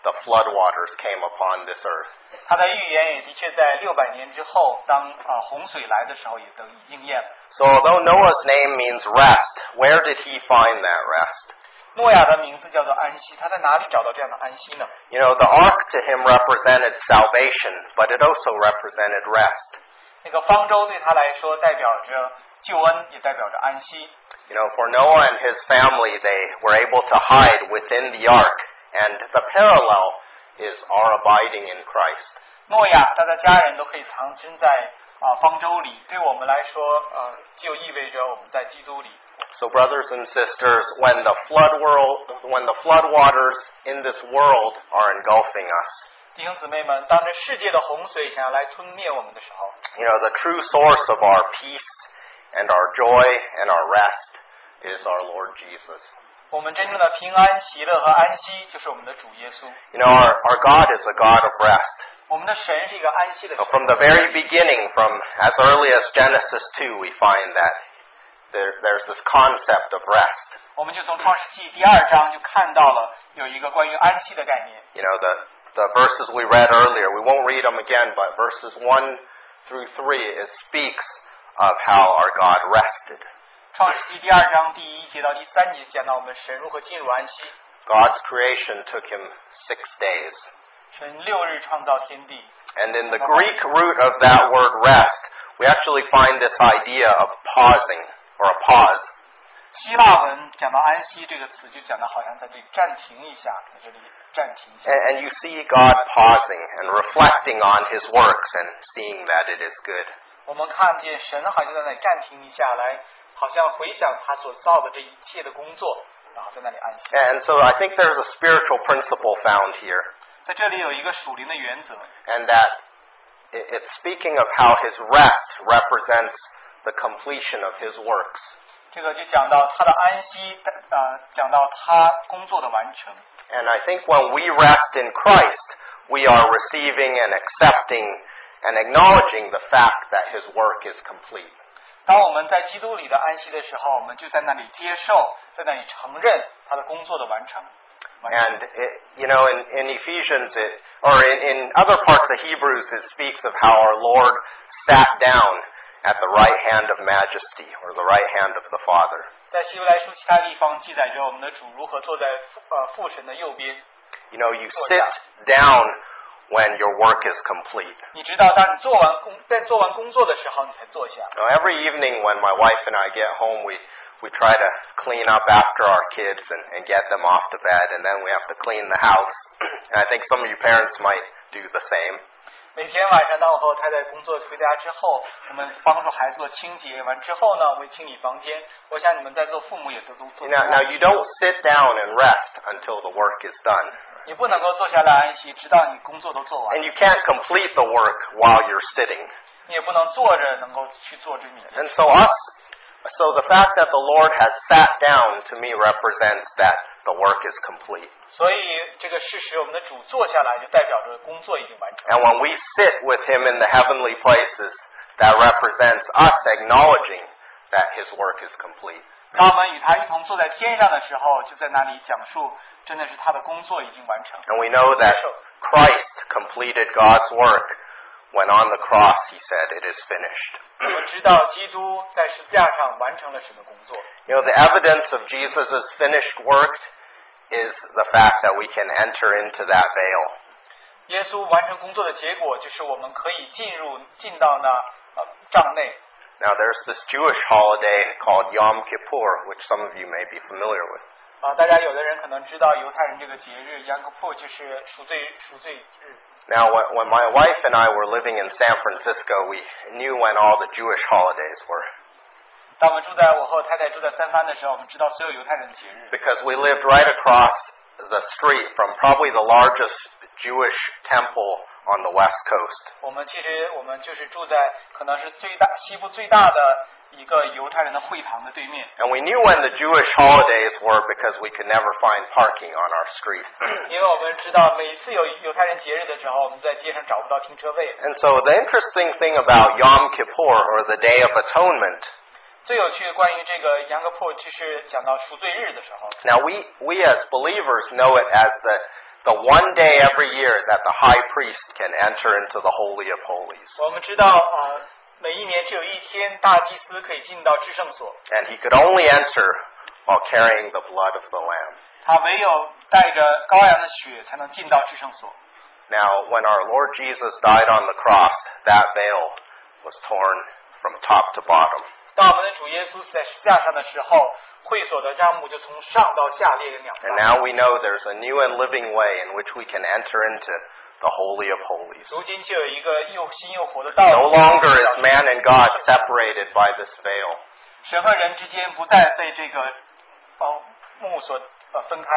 Speaker 1: the floodwaters came upon this earth.
Speaker 2: 他的预言也的确在六百年之后，当呃洪水来的时候也得以应验了。
Speaker 1: So although Noah's name means rest, where did he find that rest?
Speaker 2: 诺亚的名字叫做安息，他在哪里找到这样的安息呢？
Speaker 1: You know, the ark to him represented salvation, but it also represented rest.
Speaker 2: 那个方舟对他来说代表着救恩，也代表着安息。
Speaker 1: You know, for Noah and his family, they were able to hide within the ark, and the parallel is our abiding in Christ.
Speaker 2: 诺亚他的家人都可以藏身在啊、方舟里，对我们来说，呃，就意味着我们在基督里。
Speaker 1: So, brothers and sisters, when the flood world, when the floodwaters in this world are engulfing us,
Speaker 2: 弟兄姊妹们，当这世界的洪水想要来吞灭我们的时候，
Speaker 1: you know, the true source of our peace and our joy and our rest is our Lord Jesus.
Speaker 2: 我们真正的平安、喜乐和安息，就是我们的主耶稣。
Speaker 1: You know, our, our God is a God of rest.
Speaker 2: 我们的神是一个安息的
Speaker 1: You know,
Speaker 2: 神。
Speaker 1: From the very beginning, from as early as Genesis 2, we find that there, there's this concept of rest.
Speaker 2: 我们就从创世纪第二章就看到了有一个关于安息的概念。
Speaker 1: You know, the, the verses we read earlier, we won't read them again, but verses 1 through 3, it speaks of how our God rested.
Speaker 2: 创世纪第二章第一节到第三节讲到我们神如何进入安息，
Speaker 1: God's creation took him six days.
Speaker 2: 神六日创造天地，
Speaker 1: And in the Greek root of that word rest, we actually find this idea of pausing or a pause.
Speaker 2: 希腊文讲到安息这个词，就讲的好像在这里暂停一下，在这里暂停一下。
Speaker 1: And, and you see God pausing and reflecting on his works and seeing that it is good.
Speaker 2: 我们看见神好像在那里暂停一下来，好像回想他所造的这一切的工作，然后在那里安息。
Speaker 1: And so I think there's a spiritual principle found here,
Speaker 2: 在这里有一个属灵的原则，
Speaker 1: and that it- it's speaking of how his rest represents the completion of his works.
Speaker 2: 这个就讲到他的安息，呃，讲到他工作的完成。
Speaker 1: And I think when we rest in Christ, we are receiving and accepting and acknowledging the fact that his work is complete.
Speaker 2: 当我们在基督里的安息的时候，我们就在那里接受，在那里承认他的工作的完成。完成
Speaker 1: And it, you know, in, in Ephesians, it, or in, in other parts of Hebrews, it speaks of how our Lord sat down at the right hand of Majesty, or the right hand of the Father.
Speaker 2: 在希伯来书其他地方记载着我们的主如何坐在父呃父神的右边。
Speaker 1: You know, you
Speaker 2: Oh,
Speaker 1: sit down when your work is complete.
Speaker 2: 你知道，当你做完工，在做完工作的时候，你才坐下。
Speaker 1: Now, every evening when my wife and I get home, we we try to clean up after our kids and, and get them off to bed, and then we have to clean the house. <clears throat> and I think some of you parents might do the same.
Speaker 2: 每天晚上，当我和我太太工作回家之后，我们帮助孩子做清洁，完之后呢，会清理房间。我想你们在做父母也都都做
Speaker 1: Now, now you don't sit down and rest until the work is done,
Speaker 2: 你不能够坐下来安息，直到你工作都做完
Speaker 1: and。you can't complete the work while you're sitting.
Speaker 2: 你也不能坐着能够去做这每件
Speaker 1: And so us, so the fact that the Lord has sat down to me represents that the work is complete.
Speaker 2: 所以这个事实，我们的主坐下来就代表着工作已经完成。
Speaker 1: And when we sit with Him in the heavenly places, that represents us acknowledging that His work is complete.
Speaker 2: 当我们与他一同坐在天上的时候，就在那里讲述，真的是他的工作已经完成。
Speaker 1: And we know that Christ completed God's work when on the cross He said, It is finished.
Speaker 2: 我们知道基督在十字架上完成了神的工作。
Speaker 1: You know, the evidence of Jesus' finished work is the fact that we can enter into that veil.
Speaker 2: 耶稣完成工作的结果，就是我们可以进入进到那呃帐内。
Speaker 1: Now, there's this Jewish holiday called Yom Kippur, which some of you may be familiar with.
Speaker 2: 啊、大家有的人可能知道犹太人这个节日 y 克 m 就是赎罪赎罪日。
Speaker 1: Now, when when my wife and I were living in San Francisco, we knew when all the Jewish holidays were
Speaker 2: 当我们住在我和我太太住在三藩的时候，我们知道所有犹太人的节日。
Speaker 1: because we lived right across the street from probably the largest Jewish temple on the West Coast.
Speaker 2: 我们其实我们就是住在可能是最大西部最大的一个犹太人的会堂的对面，
Speaker 1: And we knew when the Jewish holidays were because we could never find parking on our street. <clears throat>
Speaker 2: 因为我们知道每次有犹太人节日的时候，我们在街上找不到停车位。
Speaker 1: and so the interesting thing about Yom Kippur or the Day of Atonement,
Speaker 2: 最有趣的关于这个杨格破就是讲到赎罪日的时候，
Speaker 1: now we, we as believers know it as the, the one day every year that the high priest can enter into the Holy of Holies.
Speaker 2: 我们知道啊、呃每一年只有一天大祭司可以进到至圣所，
Speaker 1: And he could only enter while carrying the blood of the Lamb.
Speaker 2: 他唯有带着羔羊的血才能进到至圣所。
Speaker 1: Now, when our Lord Jesus died on the cross, that veil was torn from top to bottom.
Speaker 2: 当我们的主耶稣死在十字架上的时候，会所的帐幕就从上到下裂成两
Speaker 1: And
Speaker 2: 半。
Speaker 1: now we know there's a new and living way in which we can enter into the Holy of Holies.
Speaker 2: 如今就有一个又新又活的道
Speaker 1: No
Speaker 2: 路。
Speaker 1: longer is man and God separated by this veil.
Speaker 2: 神和人之间不再被这个哦幕所呃分开。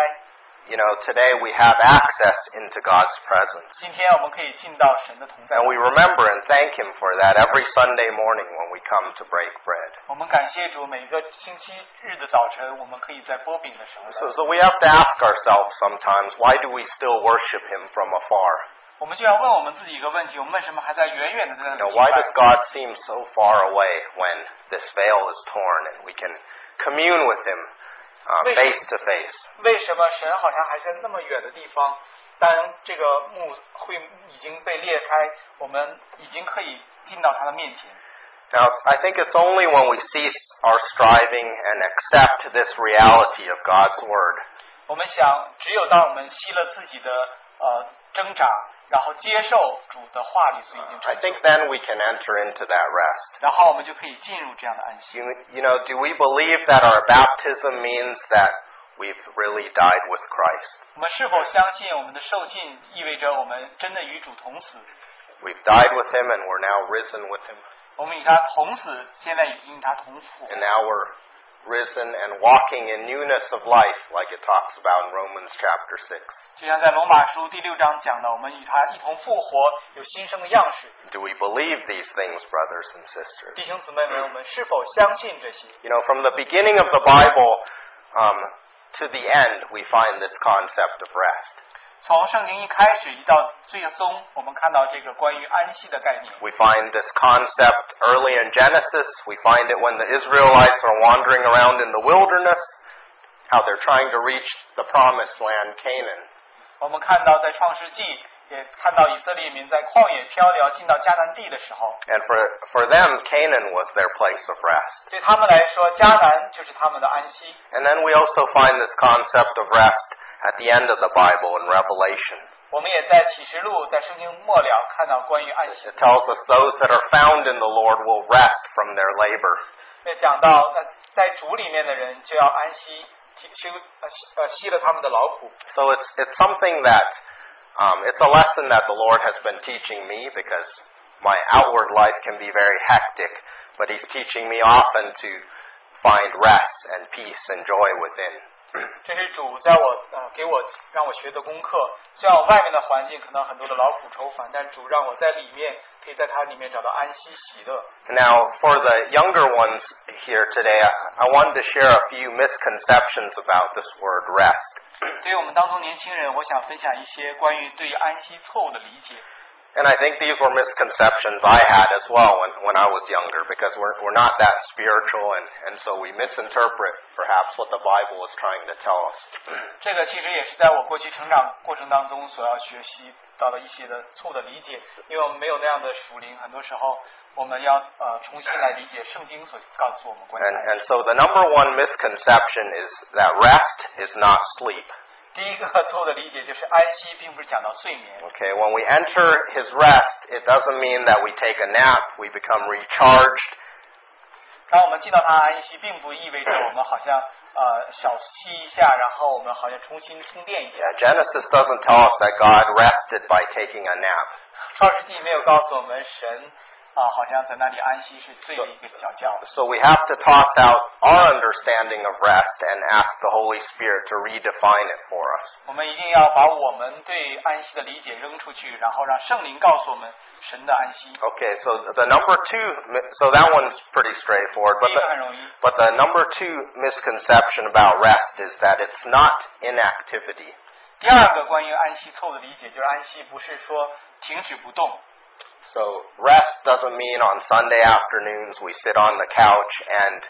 Speaker 1: You know, today we have access into God's presence.
Speaker 2: 今天我们可以进到神的同在
Speaker 1: And，we remember and thank Him for that every Sunday morning when we come to break bread.
Speaker 2: 我们感谢主，每个星期日的早晨，我们可以在波饼的时候
Speaker 1: So, so we have to ask ourselves sometimes, why do we still worship Him from afar?
Speaker 2: 我们就要问我们自己一个问题：我们为什么还在远远的在那
Speaker 1: You
Speaker 2: 里
Speaker 1: know,
Speaker 2: 敬
Speaker 1: why does
Speaker 2: 拜？
Speaker 1: God seem so far away when this veil is torn and we can commune with Him uh,
Speaker 2: Wait.
Speaker 1: face to face?
Speaker 2: 为什么神好像还在那么远的地方？当这个幕会已经被裂开，我们已经可以进到他的面前。
Speaker 1: Now, I think it's only when we cease our striving and accept this reality of God's Word
Speaker 2: 我们想，只有当我们熄了自己的呃挣扎，然后接受主的话语所已经
Speaker 1: I
Speaker 2: 成就
Speaker 1: think，then we can enter into that rest.
Speaker 2: 然后我们就可以进入这样的安息。
Speaker 1: You, you know, do we believe that our baptism means that we've really died with Christ?
Speaker 2: 我们是否相信我们的受浸意味着我们真的与主同死？
Speaker 1: We've died with Him and we're now risen with Him.
Speaker 2: 我们与他同死，现在已经与他同死。
Speaker 1: And now we're risen and walking in newness of life, like it talks about in Romans chapter 6.
Speaker 2: 就像在罗马书第六章讲的，我们与他一同复活，有新生的样式。
Speaker 1: Do we believe these things, brothers and sisters?
Speaker 2: 弟兄姊妹们，我们是否相信这些？
Speaker 1: You know, from the beginning of the Bible um, to the end, we find this concept of rest.
Speaker 2: 从圣经一开始一到最终，我们看到这个关于安息的概念。
Speaker 1: We find this concept early in Genesis. We find it when the Israelites are wandering around in the wilderness, how they're trying to reach the promised land, Canaan.
Speaker 2: 我们看到在创世纪，也看到以色列民在旷野漂流进到迦南地的时候，
Speaker 1: And for, for them, Canaan was their place of rest.
Speaker 2: 对他们来说，迦南就是他们的安息。
Speaker 1: And then we also find this concept of rest at the end of the Bible in Revelation.
Speaker 2: 我们也在启示录、在圣经末了看到关于安息
Speaker 1: It，tells us those that are found in the Lord will rest from their labor.
Speaker 2: 也讲到那在主里面的人就要安息，提休呃息呃息了他们的劳苦。
Speaker 1: So it's, it's something that, um, it's a lesson that the Lord has been teaching me because my outward life can be very hectic, but He's teaching me often to find rest and peace and joy within.
Speaker 2: 这是主在我呃给我让我学的功课。虽然我外面的环境可能很多的劳苦愁烦，但主让我在里面可以在它里面找到安息喜乐。
Speaker 1: Now, for the younger ones here today, I, I wanted to share a few misconceptions about this word rest.
Speaker 2: 对于我们当中年轻人，我想分享一些关于对安息错误的理解。
Speaker 1: And I think these were misconceptions I had as well when, when I was younger because we're, we're not that spiritual and, and so we misinterpret perhaps what the Bible is trying to tell us.
Speaker 2: 这个其实也是在我过去成长过程当中所要学习到的一些的错误的理解，因为我们没有那样的属灵，很多时候我们要呃重新来理解圣经所告诉我们关于
Speaker 1: And,
Speaker 2: 安
Speaker 1: and
Speaker 2: 息。
Speaker 1: so the number one misconception is that rest is not sleep.
Speaker 2: 第一个错误的理解就是安息并不是讲到睡眠，
Speaker 1: Okay, when we enter his rest, it doesn't mean that we take a nap, we become recharged,
Speaker 2: 当我们进到他的安息，并不意味着我们好像呃小息一下，然后我们好像重新充电一下。
Speaker 1: Yeah, Genesis doesn't tell us that God rested by taking a nap.
Speaker 2: 创世纪没有告诉我们神啊、好像在那里安息是睡了一个小觉。
Speaker 1: So we have to toss out our understanding of rest and ask the Holy Spirit to redefine it for us.
Speaker 2: 我们一定要把我们对安息的理解扔出去，然后让圣灵告诉我们神的安息。
Speaker 1: Okay, so the number two, so that one's pretty straightforward,
Speaker 2: 第
Speaker 1: but
Speaker 2: 一
Speaker 1: the,
Speaker 2: 个很容易，
Speaker 1: but the number two misconception about rest is that it's not inactivity.
Speaker 2: 第二个关于安息错误的理解就是安息不是说停止不动，
Speaker 1: So rest doesn't mean on Sunday afternoons we sit on the couch and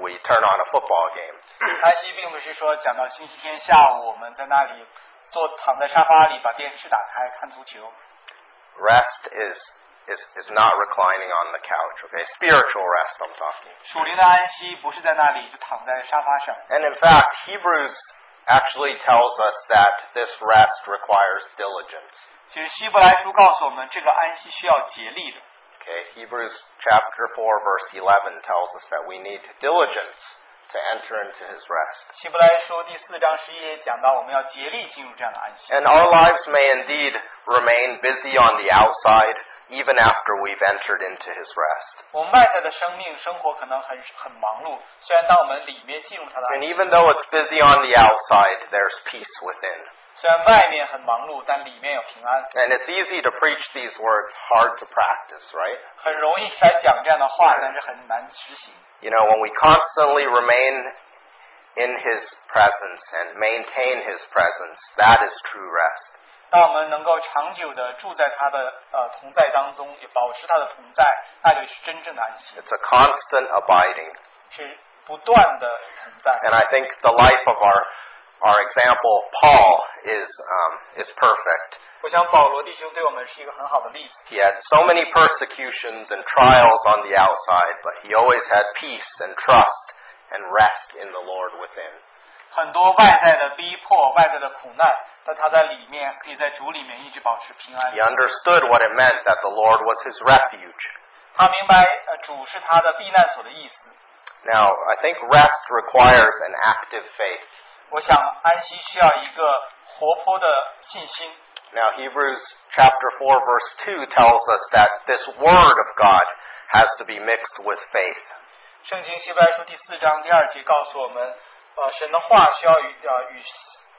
Speaker 1: we turn on a football game.
Speaker 2: 安息并不是说讲到星期天下午我们在那里坐躺在沙发里把电视打开看足球。
Speaker 1: Rest is, is, is not reclining on the couch, okay? Spiritual rest, I'm talking.
Speaker 2: 属灵的安息不是在那里就躺在沙发上，
Speaker 1: And in fact, Hebrews actually tells us that this rest requires diligence.
Speaker 2: 其实希伯来书告诉我们这个安息需要竭力的。
Speaker 1: Okay, Hebrews chapter 4 verse 11 tells us that we need diligence to enter into his rest.
Speaker 2: 希伯来书第四章十一节讲到我们要竭力进入这样的安息。
Speaker 1: And our lives may indeed remain busy on the outside even after we've entered into his rest.
Speaker 2: 我们外在的生命生活可能很很忙碌，虽然当我们里面进入它的
Speaker 1: And
Speaker 2: 安息，
Speaker 1: even though it's busy on the outside, there's peace within.
Speaker 2: 虽然外面很忙碌，但里面有平安。
Speaker 1: And it's easy to preach these words, hard to practice, right?
Speaker 2: 很容易来讲这样的话，但是很难执行。
Speaker 1: You know, when we constantly remain in His presence and maintain His presence, that is true rest.
Speaker 2: 当我们能够长久的住在他的呃同在当中，也保持他的同在，那就是真正的安息，
Speaker 1: It's a constant abiding.
Speaker 2: 是不断的同在。
Speaker 1: And I think the life of our, our example, Paul, is, um, is perfect.
Speaker 2: 我想保罗弟兄对我们是一个很好的例子。
Speaker 1: He had so many persecutions and trials on the outside, but he always had peace and trust and rest in the Lord within.
Speaker 2: 很多外在的逼迫、外在的苦难，但他在里面可以在主里面一直保持平安
Speaker 1: He。understood what it meant that the Lord was his refuge.
Speaker 2: 他明白呃主是他的避难所的意思。
Speaker 1: Now, I think rest requires an active faith.
Speaker 2: 我想安息需要一个活泼的信心。
Speaker 1: Now, Hebrews chapter 4 verse 2 tells us that this word of God has to be mixed with faith.
Speaker 2: 圣经希伯来书第四章第二节告诉我们，呃，神的话需要与呃与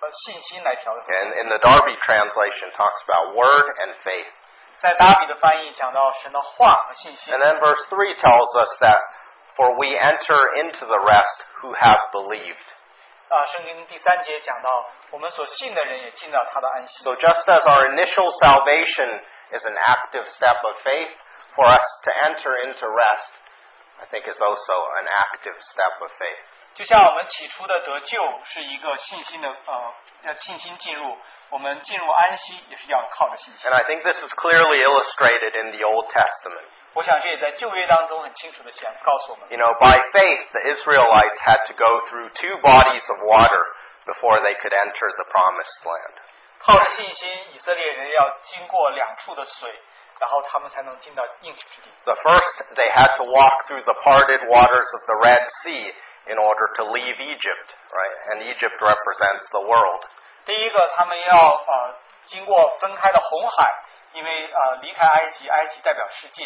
Speaker 2: 呃信心来调和。
Speaker 1: And in the Darby translation talks about word and faith.
Speaker 2: 在达比的翻译讲到神的话和信心
Speaker 1: And，then verse 3 tells us that for we enter into the rest who have believed.
Speaker 2: 啊、圣经第三节讲到我们所信的人也进到他的安息。
Speaker 1: So just as our initial salvation is an active step of faith, for us to enter into rest, I think is also an active step of faith.
Speaker 2: 就像我们起初的得救是一个信心的呃要信心进入，我们进入安息也是要靠着信心
Speaker 1: And。I think this is clearly illustrated in the Old Testament.
Speaker 2: 我想这也在旧约当中很清楚的显告诉我们，
Speaker 1: You know, by faith, the Israelites had to go through two bodies of water before they could enter the promised land.
Speaker 2: 靠着信心，以色列人要经过两处的水，然后他们才能进到应许之地。
Speaker 1: The first, they had to walk through the parted waters of the Red Sea in order to leave Egypt, right? And Egypt represents the world.
Speaker 2: 第一个，他们要呃经过分开的红海，因为呃离开埃及，埃及代表世界。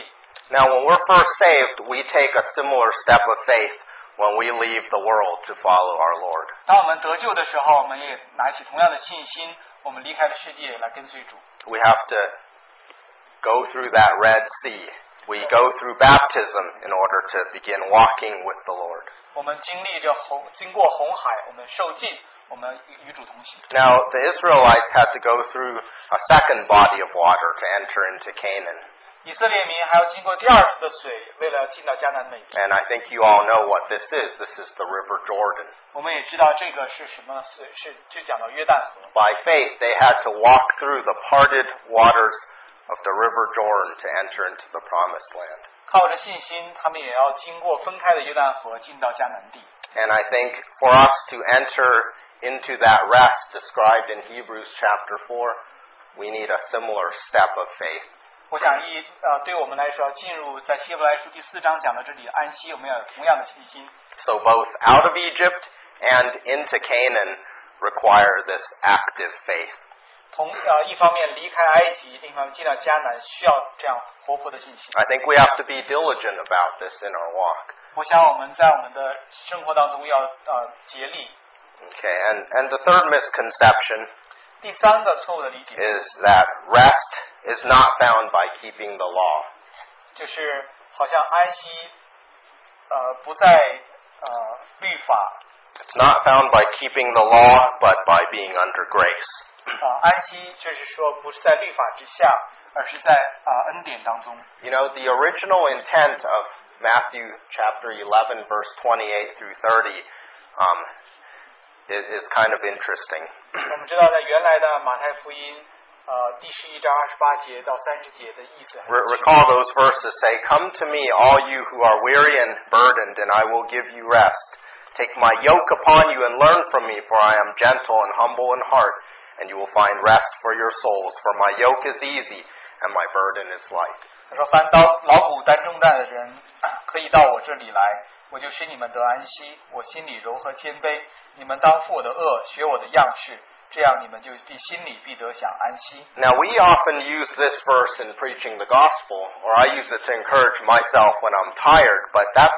Speaker 1: Now, when we're first saved, we take a similar step of faith when we leave the world to follow our Lord.
Speaker 2: 当我们得救的时候，我们也拿起同样的信心，我们离开了世界来跟随主。
Speaker 1: We have to go through that Red Sea. We go through baptism in order to begin walking with the Lord.
Speaker 2: 我们经历着红，经过红海，我们受浸，我们与与主同行。
Speaker 1: Now, the Israelites had to go through a second body of water to enter into Canaan.
Speaker 2: 以色列民还要经过第二次的水，为了进到迦南美地。
Speaker 1: And I think you all know what this is. This is the River Jordan.
Speaker 2: 我们也知道这个是什么水，是就讲到约旦河。
Speaker 1: By faith, they had to walk through the parted waters of the River Jordan to enter into the Promised Land.
Speaker 2: 靠着信心，他们也要经过分开的约旦河，进到迦南地。
Speaker 1: And I think for us to enter into that rest described in Hebrews chapter 4, we need a similar step of faith.
Speaker 2: 我想一呃，对我们来说，要进入在希伯来书第四章讲到这里安息，我们要有同样的信心。
Speaker 1: So both out of Egypt and into Canaan require this active faith.
Speaker 2: 同呃，一方面离开埃及，另一方面进到迦南，需要这样活泼的信心。
Speaker 1: I think we have to be diligent about this in our walk.
Speaker 2: 我想我们在我们的生活当中要呃竭力。
Speaker 1: Okay, and, and the third misconception
Speaker 2: 第三个错误的理解
Speaker 1: is that rest is not found by keeping the law.
Speaker 2: 就是，好像安息呃不在呃律法
Speaker 1: It's not found by keeping the law, but by being under grace.
Speaker 2: 啊、安息就是说不是在律法之下，而是在啊、恩典当中。
Speaker 1: You know, the original intent of Matthew chapter 11, verse 28 through 30 um, is, is kind of interesting.
Speaker 2: 我们知道，在原来的马太福音呃第十一章二十八节到三十节的意思很
Speaker 1: Re-
Speaker 2: 清楚，
Speaker 1: recall those verses say, Come to me, all you who are weary and burdened, and I will give you rest. Take my yoke upon you and learn from me, for I am gentle and humble in heart, and you will find rest for your souls. For my yoke is easy and my burden is light.
Speaker 2: 他说：“凡刀劳苦担重担的人，可以到我这里来，我就使你们得安息。我心里柔和谦卑，你们当负我的恶，学我的样式，这样你们就必心里必得享安息。”
Speaker 1: Now, we often use this verse in preaching the gospel, or I use it to encourage myself when I'm tired, but that's,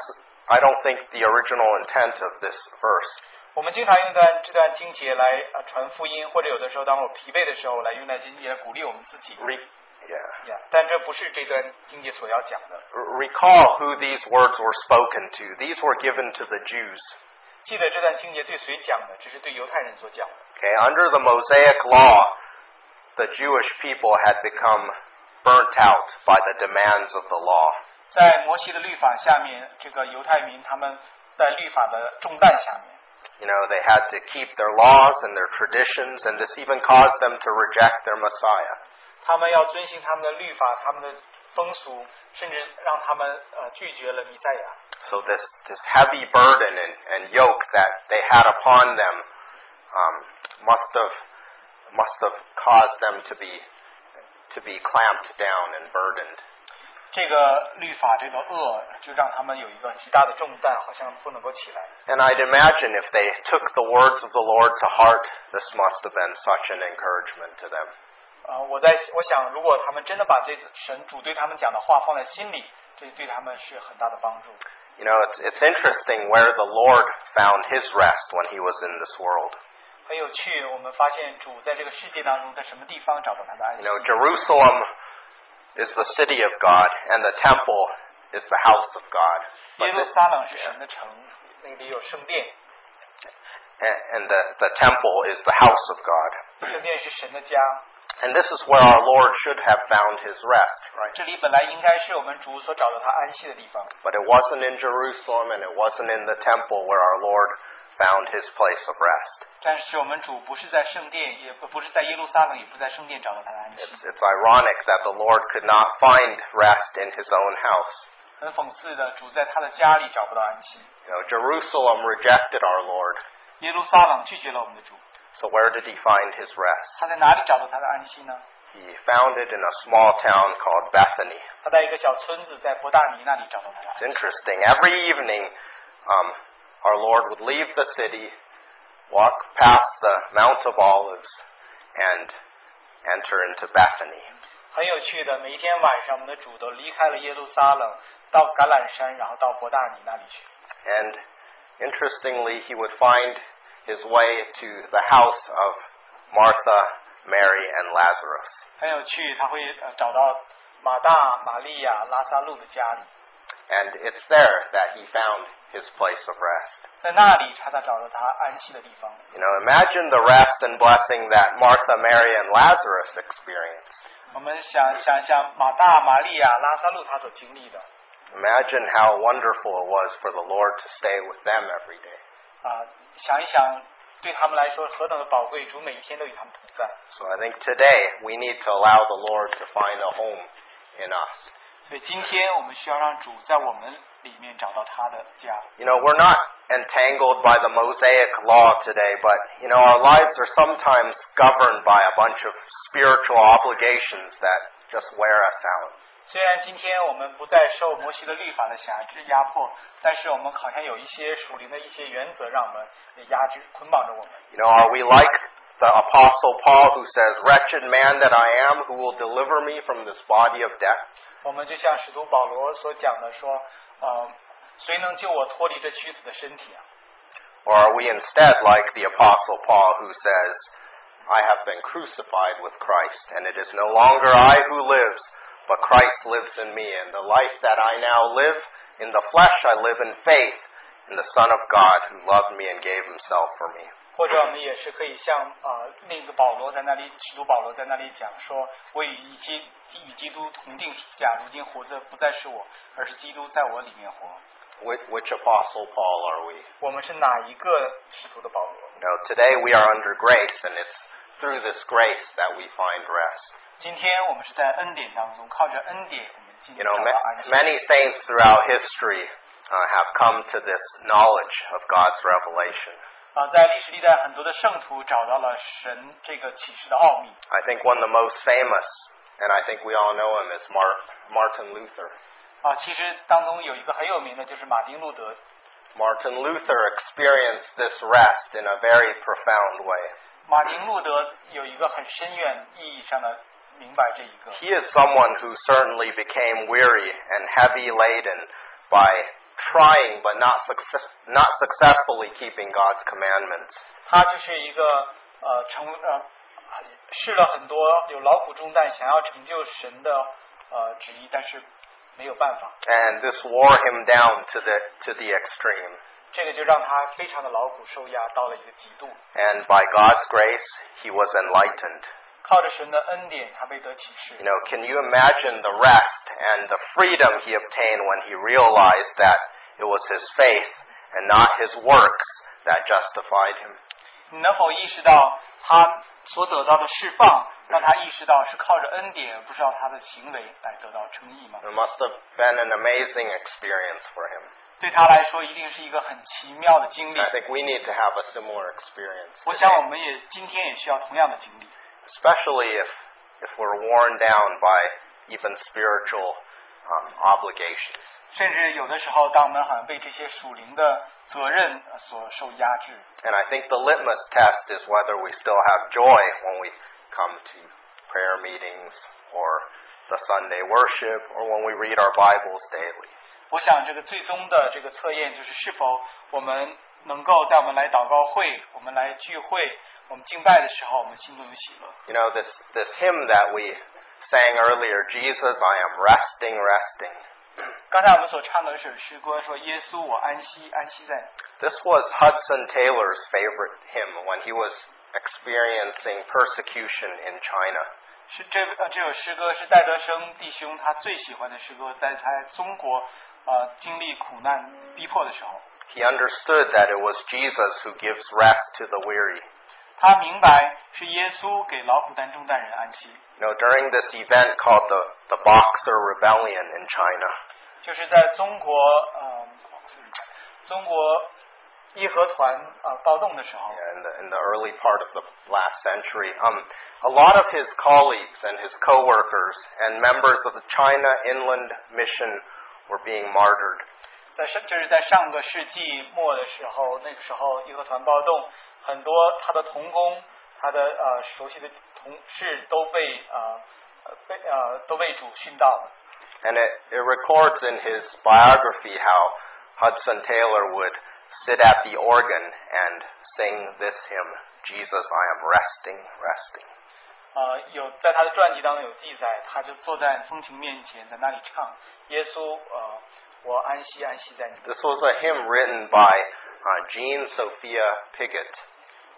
Speaker 1: I don't think, the original intent of this verse.
Speaker 2: 我们经常用段这段经节来呃传福音，或者有的时候当我疲惫的时候来用段经节来鼓励我们自己。
Speaker 1: Re- yeah.
Speaker 2: Yeah，但这不是这段经节所要讲的。
Speaker 1: R- Recall who these words were spoken to. These were given to the Jews.
Speaker 2: 记得这段经节对谁讲的？这是对犹太人所讲的。
Speaker 1: Okay, under the Mosaic law, the Jewish people had become burnt out by the demands of the law.
Speaker 2: 在摩西的律法下面，这个犹太民他们在律法的重担下面，
Speaker 1: You know, they had to keep their laws and their traditions, and this even caused them to reject their Messiah.
Speaker 2: 他们要遵循他们的律法、他们的风俗，甚至让他们呃拒绝了弥赛亚。
Speaker 1: So this, this heavy burden and, and yoke that they had upon them um, must have must have caused them to be to be clamped down and burdened.
Speaker 2: 这个律法这个恶就让他们有一个极大的重担，好像不能够起来。
Speaker 1: And I'd imagine if they took the words of the Lord to heart, this must have been such an encouragement to them.
Speaker 2: 呃，我在我想，如果他们真的把这神主对他们讲的话放在心里，这对他们是很大的帮助。
Speaker 1: You know, it's it's interesting where the Lord found his rest when he was in this world.
Speaker 2: 很有趣，我们发现主在这个世界当中，在什么地方找到他的安
Speaker 1: You
Speaker 2: 息
Speaker 1: know, Jerusalem is the city of God, and the temple is the house of God.
Speaker 2: 耶
Speaker 1: But
Speaker 2: 路
Speaker 1: this,
Speaker 2: 撒冷是神的城，那里有圣殿，
Speaker 1: and and the, the temple is the house of God.
Speaker 2: 圣殿是神的家。
Speaker 1: And this is where our Lord should have found his rest, right?
Speaker 2: 这里本来应该是我们主所找到他安息的地方，
Speaker 1: But it wasn't in Jerusalem and it wasn't in the temple where our Lord found his place of rest.
Speaker 2: 但是我们主不是在圣殿，也不不是在耶路撒冷，也不在圣殿找到他的安息
Speaker 1: It's,。it's ironic that the Lord could not find rest in his own house.
Speaker 2: 很讽刺的，主在他的家里找不到安息。
Speaker 1: You know, Jerusalem rejected our Lord.
Speaker 2: 耶路撒冷拒绝了我们的主，
Speaker 1: So where did he find his rest?
Speaker 2: 他在哪里找到他的安息呢？
Speaker 1: He found it in a small town called Bethany.
Speaker 2: 他在一个小村子，在伯大尼那里找到他的安
Speaker 1: It's
Speaker 2: 息。
Speaker 1: interesting. Every evening, um, our Lord would leave the city, walk past the Mount of Olives, and enter into Bethany.
Speaker 2: 很有趣的，每一天晚上，我们的主都离开了耶路撒冷，到橄榄山，然后到伯大尼那里去。
Speaker 1: And interestingly, he would find his way to the house of Martha, Mary, and Lazarus.
Speaker 2: 很有趣，他会呃找到马大、玛利亚、拉萨路的家里，
Speaker 1: And it's there that he found his place of rest.
Speaker 2: 在那里他才找到他安息的地方。
Speaker 1: You know, imagine the rest and blessing that Martha, Mary, and Lazarus experienced.
Speaker 2: 我们想想一想马大、玛利亚、拉萨路他所经历的
Speaker 1: Imagine how wonderful it was for the Lord to stay with them every day.
Speaker 2: 啊、想一想对他们来说何等的宝贵，主每一天都与他们同在。
Speaker 1: So I think today we need to allow the Lord to find a home in us.
Speaker 2: 所以今天我们需要让主在我们里面找到他的家。
Speaker 1: You know, we're not entangled by the Mosaic law today, but, you know, our lives are sometimes governed by a bunch of spiritual obligations that just wear us out.
Speaker 2: 虽然今天我们不再受摩西的律法的辖制压迫，但是我们好像有一些属灵的一些原则，让我们也压制捆绑着我们。
Speaker 1: You know, are we like the Apostle Paul who says, Wretched man that I am, who will deliver me from this body of death?
Speaker 2: 我们就像使徒保罗所讲的说，呃，谁能救我脱离这屈死的身体啊？
Speaker 1: Or are we instead like the Apostle Paul who says, I have been crucified with Christ, and it is no longer I who lives, but Christ lives in me, and the life that I now live in the flesh I live in faith in the Son of God who loved me and gave himself for me.
Speaker 2: 或者我们也是可以像呃那个保罗在那里，使徒保罗在那里讲说，我已经与基督同定十字架，如今活着不再是我，而是基督在我里面活。
Speaker 1: Which, which Apostle Paul are we?
Speaker 2: 我们是哪一个使徒的保罗？
Speaker 1: You know, today we are under grace, and it's through this grace that we find rest.
Speaker 2: 今天我们是在恩典当中，靠着恩典，我们今
Speaker 1: You
Speaker 2: 天
Speaker 1: know,
Speaker 2: 找到
Speaker 1: ma-
Speaker 2: 安息。
Speaker 1: many saints throughout history uh, have come to this knowledge of God's revelation.
Speaker 2: 啊，在历史历代很多的圣徒找到了神这个启示的奥秘。
Speaker 1: I think one of the most famous, and I think we all know him, is Mar- Martin Luther.
Speaker 2: 啊，其实当中有一个很有名的，就是马丁路德。
Speaker 1: Martin Luther experienced this rest in a very profound way.
Speaker 2: 马丁路德有一个很深远意义上的明白这一个。
Speaker 1: He is someone who certainly became weary and heavy laden by trying but not, success- not successfully keeping God's commandments.
Speaker 2: 他就是一个呃成呃试了很多呃有劳苦重担，想要成就神的呃旨意，但是没有办法，
Speaker 1: And this wore him down to the, to the extreme.
Speaker 2: 这个就让他非常的劳苦受压到了一个极度。
Speaker 1: And by God's grace, he was enlightened.
Speaker 2: 靠着神的恩典，他被得启
Speaker 1: You
Speaker 2: 示。
Speaker 1: know, can you imagine the rest and the freedom he obtained when he realized that it was his faith and not his works that justified him?
Speaker 2: 你能否意识到他所得到的释放，让他意识到是靠着恩典，而不是靠他的行为来得到称义吗？
Speaker 1: It must have been an amazing experience for him.
Speaker 2: 对他来说一定是一个很奇妙的经历
Speaker 1: I。think we need to have a similar experience,
Speaker 2: 我想我们也今天也需要同样的经历，
Speaker 1: especially if if we're worn down by even spiritual um, obligations.
Speaker 2: 甚至有的时候，当我们好像被这些属灵的责任呃所受压制，
Speaker 1: And I think the litmus test is whether we still have joy when we come to prayer meetings or the Sunday worship or when we read our Bibles daily.
Speaker 2: 我想这个最终的这个测验就是是否我们能够在我们来祷告会、我们来聚会、我们敬拜的时候，我们心中有喜乐。
Speaker 1: You know, this, this hymn that we sang earlier, Jesus, I am resting, resting.
Speaker 2: 刚才我们所唱的这首诗歌说：“耶稣，我安息，安息在你。
Speaker 1: This was Hudson Taylor's favorite hymn when he was experiencing persecution in China. ”
Speaker 2: 是这呃这首诗歌是戴德生弟兄他最喜欢的诗歌，在他中国呃经历苦难逼迫的时候，
Speaker 1: He understood that it was Jesus who gives rest to the weary.
Speaker 2: 他明白是耶稣给劳苦担重担人安息，
Speaker 1: You know, during this event called the, the Boxer Rebellion in China,
Speaker 2: 就是在中国呃中国义和团呃暴动的时候，
Speaker 1: yeah, in the, in the early part of the last century, um, a lot of his colleagues and his co-workers and members of the China Inland Mission were being martyred.
Speaker 2: 在上就是在上个世纪末的时候，那个时候义和团暴动，很多他的同工、他的呃熟悉的同事都被呃呃被呃都被主殉道了。
Speaker 1: And it, it records in his biography how Hudson Taylor would sit at the organ and sing this hymn, Jesus, I am resting, resting.
Speaker 2: 呃，有在他的传记当中有记载，他就坐在风琴面前，在那里唱耶稣，呃，我安息安息在你。
Speaker 1: This was a hymn written by uh, Jean Sophia Pigott.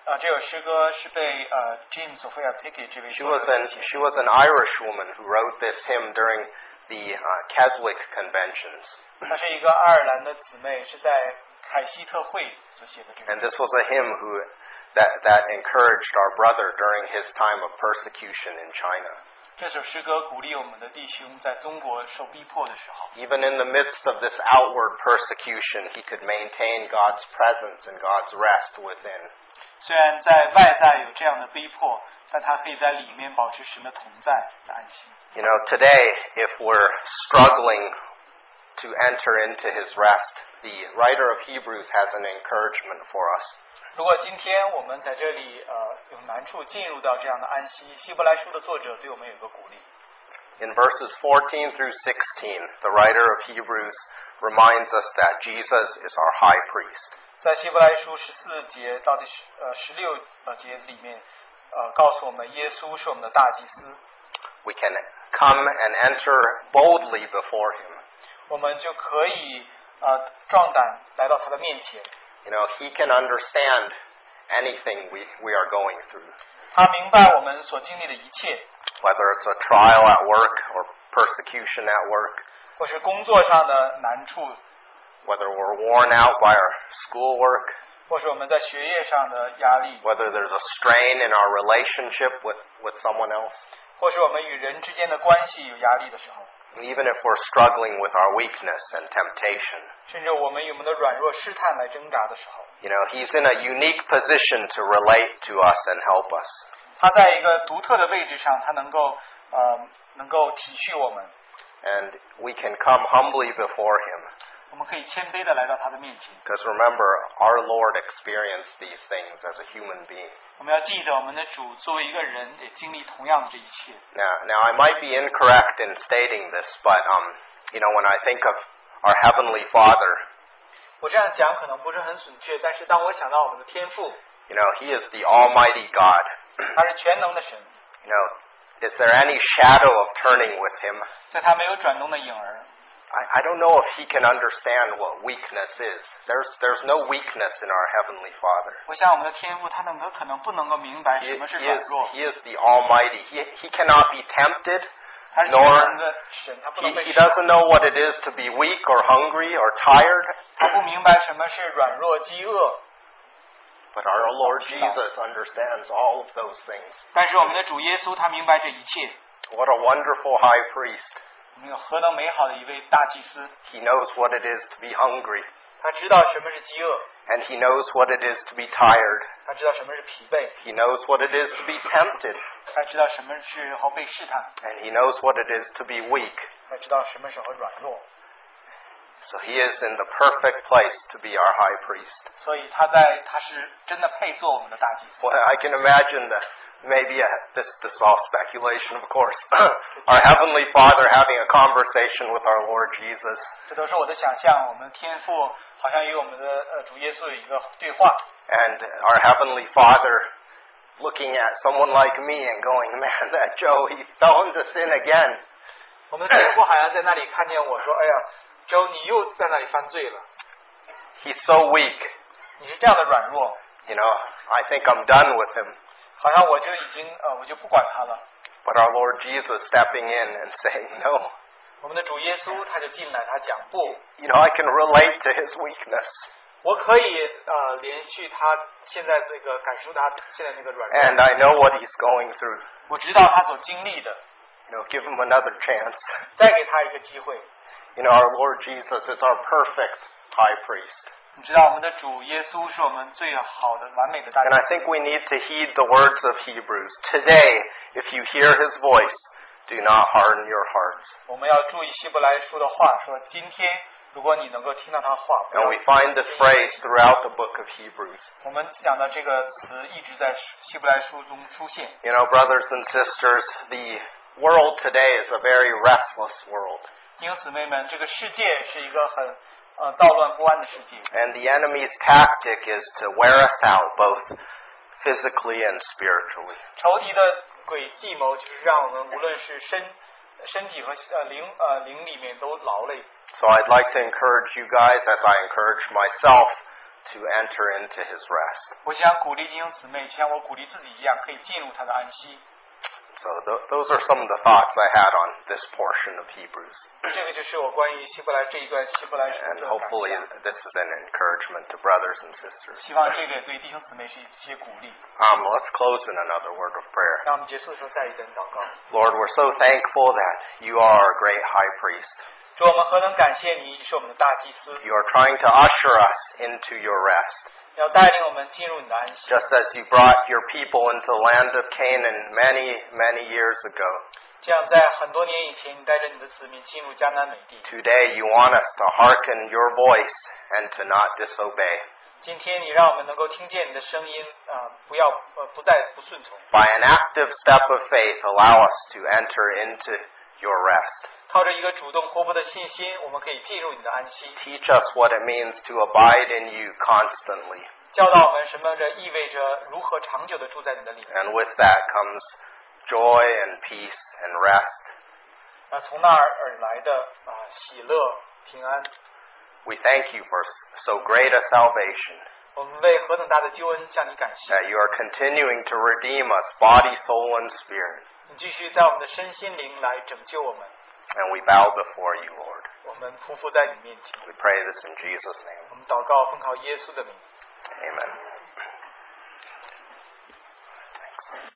Speaker 2: 啊、这首诗歌是被呃 Jim Sophia Pickett 这位
Speaker 1: She
Speaker 2: 作
Speaker 1: was
Speaker 2: 者
Speaker 1: an
Speaker 2: 写的
Speaker 1: she was an Irish woman who wrote this hymn during the uh, Keswick conventions,
Speaker 2: 她是一个爱尔兰的姊妹，是在凯西特会所写的这个
Speaker 1: and。this was a hymn who that that encouraged our brother during his time of persecution in China.
Speaker 2: 这首诗歌鼓励我们的弟兄在中国受逼迫的时候，
Speaker 1: Even in the midst of this outward persecution, he could maintain God's presence and God's rest within.
Speaker 2: 虽然在外在有这样的逼迫，但他可以在里面保持神的同在的安息。
Speaker 1: You know, today, if we're struggling to enter into his rest, the writer of Hebrews has an encouragement for us.
Speaker 2: 如果今天我们在这里呃有难处进入到这样的安息，希伯来书的作者对我们有个鼓励。
Speaker 1: In verses 14 through 16, the writer of Hebrews reminds us that Jesus is our high priest.
Speaker 2: 在希伯来书十四节到第十呃十六呃节里面，呃告诉我们耶稣是我们的大祭司，
Speaker 1: We can come and enter boldly before him.
Speaker 2: 我们就可以呃壮胆来到他的面前。
Speaker 1: You know, he can understand anything we, we are going through,
Speaker 2: 他明白我们所经历的一切，
Speaker 1: whether it's a trial at work or persecution at work,
Speaker 2: 或是工作上的难处，
Speaker 1: whether we're worn out by our schoolwork,
Speaker 2: 或是我们在学业上的压力，
Speaker 1: whether there's a strain in our relationship with, with someone else,
Speaker 2: 或是我们与人之间的关系有压力的时候，
Speaker 1: and even if we're struggling with our weakness and temptation.
Speaker 2: 甚至我们与我们的软弱试探来挣扎的时候，
Speaker 1: You know, he's in a unique position to relate to us and help us.
Speaker 2: 他在一个独特的位置上，他能够呃能够体恤我们，
Speaker 1: And we can come humbly before him.
Speaker 2: 我们可以谦卑的来到他的面前。
Speaker 1: Because remember, our Lord experienced these things as a human being.
Speaker 2: 我们要记得，我们的主作为一个人，也经历同样的这一切。
Speaker 1: Now, now I might be incorrect in stating this, but, um, you know, when I think of our Heavenly Father,
Speaker 2: 我这样讲可能不是很准确，但是当我想到我们的天赋，
Speaker 1: you know, he is the Almighty God.
Speaker 2: 他是全能的神，
Speaker 1: You know, is there any shadow of turning with him?
Speaker 2: 在他没有转动的影儿，
Speaker 1: I, I don't know if he can understand what weakness is. There's, there's no weakness in our Heavenly Father.
Speaker 2: 我想我们的天赋，他能够可能不能够明白
Speaker 1: He,
Speaker 2: 什么是
Speaker 1: he
Speaker 2: 软
Speaker 1: is,
Speaker 2: 弱，
Speaker 1: he is the Almighty. He, he cannot be tempted.
Speaker 2: 他是全
Speaker 1: nor-
Speaker 2: 能的神，他不
Speaker 1: He,
Speaker 2: 能被
Speaker 1: he
Speaker 2: 试探
Speaker 1: doesn't know what it is to be weak or hungry or tired.
Speaker 2: 他不明白什么是软弱、饥饿。
Speaker 1: But our Lord Jesus understands all of those things.
Speaker 2: 但是我们的主耶稣他明白这一切，
Speaker 1: What a wonderful high priest.
Speaker 2: 我们有何等美好的一位大祭司，
Speaker 1: He knows what it is to be hungry,
Speaker 2: 他知道什么是饥饿，
Speaker 1: and He knows what it is to be tired.
Speaker 2: 他知道什么是疲惫，
Speaker 1: He knows what it is to be tempted,
Speaker 2: 他知道什么时候被试探，
Speaker 1: and He knows what it is to be weak.
Speaker 2: 他知道什么时候软弱，
Speaker 1: So He is in the perfect place to be our high priest.
Speaker 2: 所以他在他是真的配做我们的大祭司。
Speaker 1: Well, I can imagine that maybe uh, this this is all speculation, of course. <clears throat> our heavenly Father having a conversation with our Lord Jesus,
Speaker 2: 这都是我的想象。我们天赋好像与我们的呃主耶稣有一个对话，
Speaker 1: and our heavenly Father looking at someone like me and going, "Man, that Joe, he fell into sin again."
Speaker 2: 我们的天父好像在那里看见我说：“哎呀，周，你又在那里犯罪了，
Speaker 1: He's so weak.
Speaker 2: 你是这样的软弱，
Speaker 1: You know, I think I'm done with him.
Speaker 2: 好像我就已经呃我就不管他了。
Speaker 1: But our Lord Jesus stepping in and saying, "No." ”
Speaker 2: 我们的主耶稣他就进来，他讲不，
Speaker 1: You know, I can relate to his weakness,
Speaker 2: 我可以呃连续他现在那个感受他现在那个软弱，
Speaker 1: and I know what he's going through.
Speaker 2: 哎我知道他所经历的，
Speaker 1: You know, give him another chance. <laughs>
Speaker 2: 再给他一个机会。
Speaker 1: You know, our Lord Jesus is our perfect high priest.
Speaker 2: 你知道我们的主耶稣是我们最好的完美的大
Speaker 1: And
Speaker 2: 祭
Speaker 1: I
Speaker 2: 司。
Speaker 1: think we need to heed the words of Hebrews. Today, if you hear his voice, do not harden your hearts.
Speaker 2: 我们要注意希伯来书的话，说今天如果你能够听到他的话，不
Speaker 1: And
Speaker 2: 要
Speaker 1: we find this phrase throughout the book of Hebrews.
Speaker 2: 我们讲的这个词一直在希伯来书中出现。
Speaker 1: You know, brothers and sisters, the world today is a very restless world.
Speaker 2: 弟兄姊妹们，这个世界是一个很呃躁乱不安的世界，
Speaker 1: And the enemy's tactic is to wear us out both physically and spiritually.
Speaker 2: 仇敌的诡计谋就是让我们无论是身身体和呃灵呃灵里面都劳累。
Speaker 1: So I'd like to encourage you guys, as I encourage myself, to enter into his rest.
Speaker 2: 我想鼓励弟兄姊妹，像我鼓励自己一样，可以进入他的安息。
Speaker 1: So th- those are some of the thoughts I had on this portion of Hebrews.
Speaker 2: 这个就是我关于希伯来这一段希伯来书
Speaker 1: And
Speaker 2: 的感
Speaker 1: hopefully
Speaker 2: 想。
Speaker 1: this is an encouragement to brothers and sisters.
Speaker 2: 希望这个也对弟兄姊妹是一些鼓励。
Speaker 1: Um, let's close in another word of prayer.
Speaker 2: 让我们结束的时候再一阵祷告。
Speaker 1: Lord, we're so thankful that you are our great high priest.
Speaker 2: 主，我们何等感谢你，你是我们的大祭司，
Speaker 1: You are trying to usher us into your rest.
Speaker 2: 要带领我们进入你的安息。
Speaker 1: Just as you brought your people into the land of Canaan many, many years ago,
Speaker 2: 这样，在很多年以前，你带着你的子民进入迦南美地。
Speaker 1: today you want us to hearken your voice and to not disobey
Speaker 2: 今天，你让我们能够听见你的声音，啊、不要呃不再不顺从。
Speaker 1: by an active step of faith, allow us to enter into your rest.
Speaker 2: 靠着一个主动活泼的信心，我们可以进入你的安息。
Speaker 1: Teach us what it means to abide in you constantly,
Speaker 2: 教导我们什么这意味着如何长久的住在你的里面。
Speaker 1: and with that comes joy and peace and rest.
Speaker 2: 那啊从那儿而来的啊、喜乐平安。
Speaker 1: We thank you for so great a salvation,
Speaker 2: 我们为何等大的救恩向你感谢。
Speaker 1: that you are continuing to redeem us body, soul, and spirit.
Speaker 2: 你继续在我们的身心灵来拯救我们，
Speaker 1: And we bow before you, Lord.
Speaker 2: 我们匍匐在你面前。
Speaker 1: We pray this in Jesus' name.
Speaker 2: 我们祷告，奉靠耶稣的名。
Speaker 1: Amen.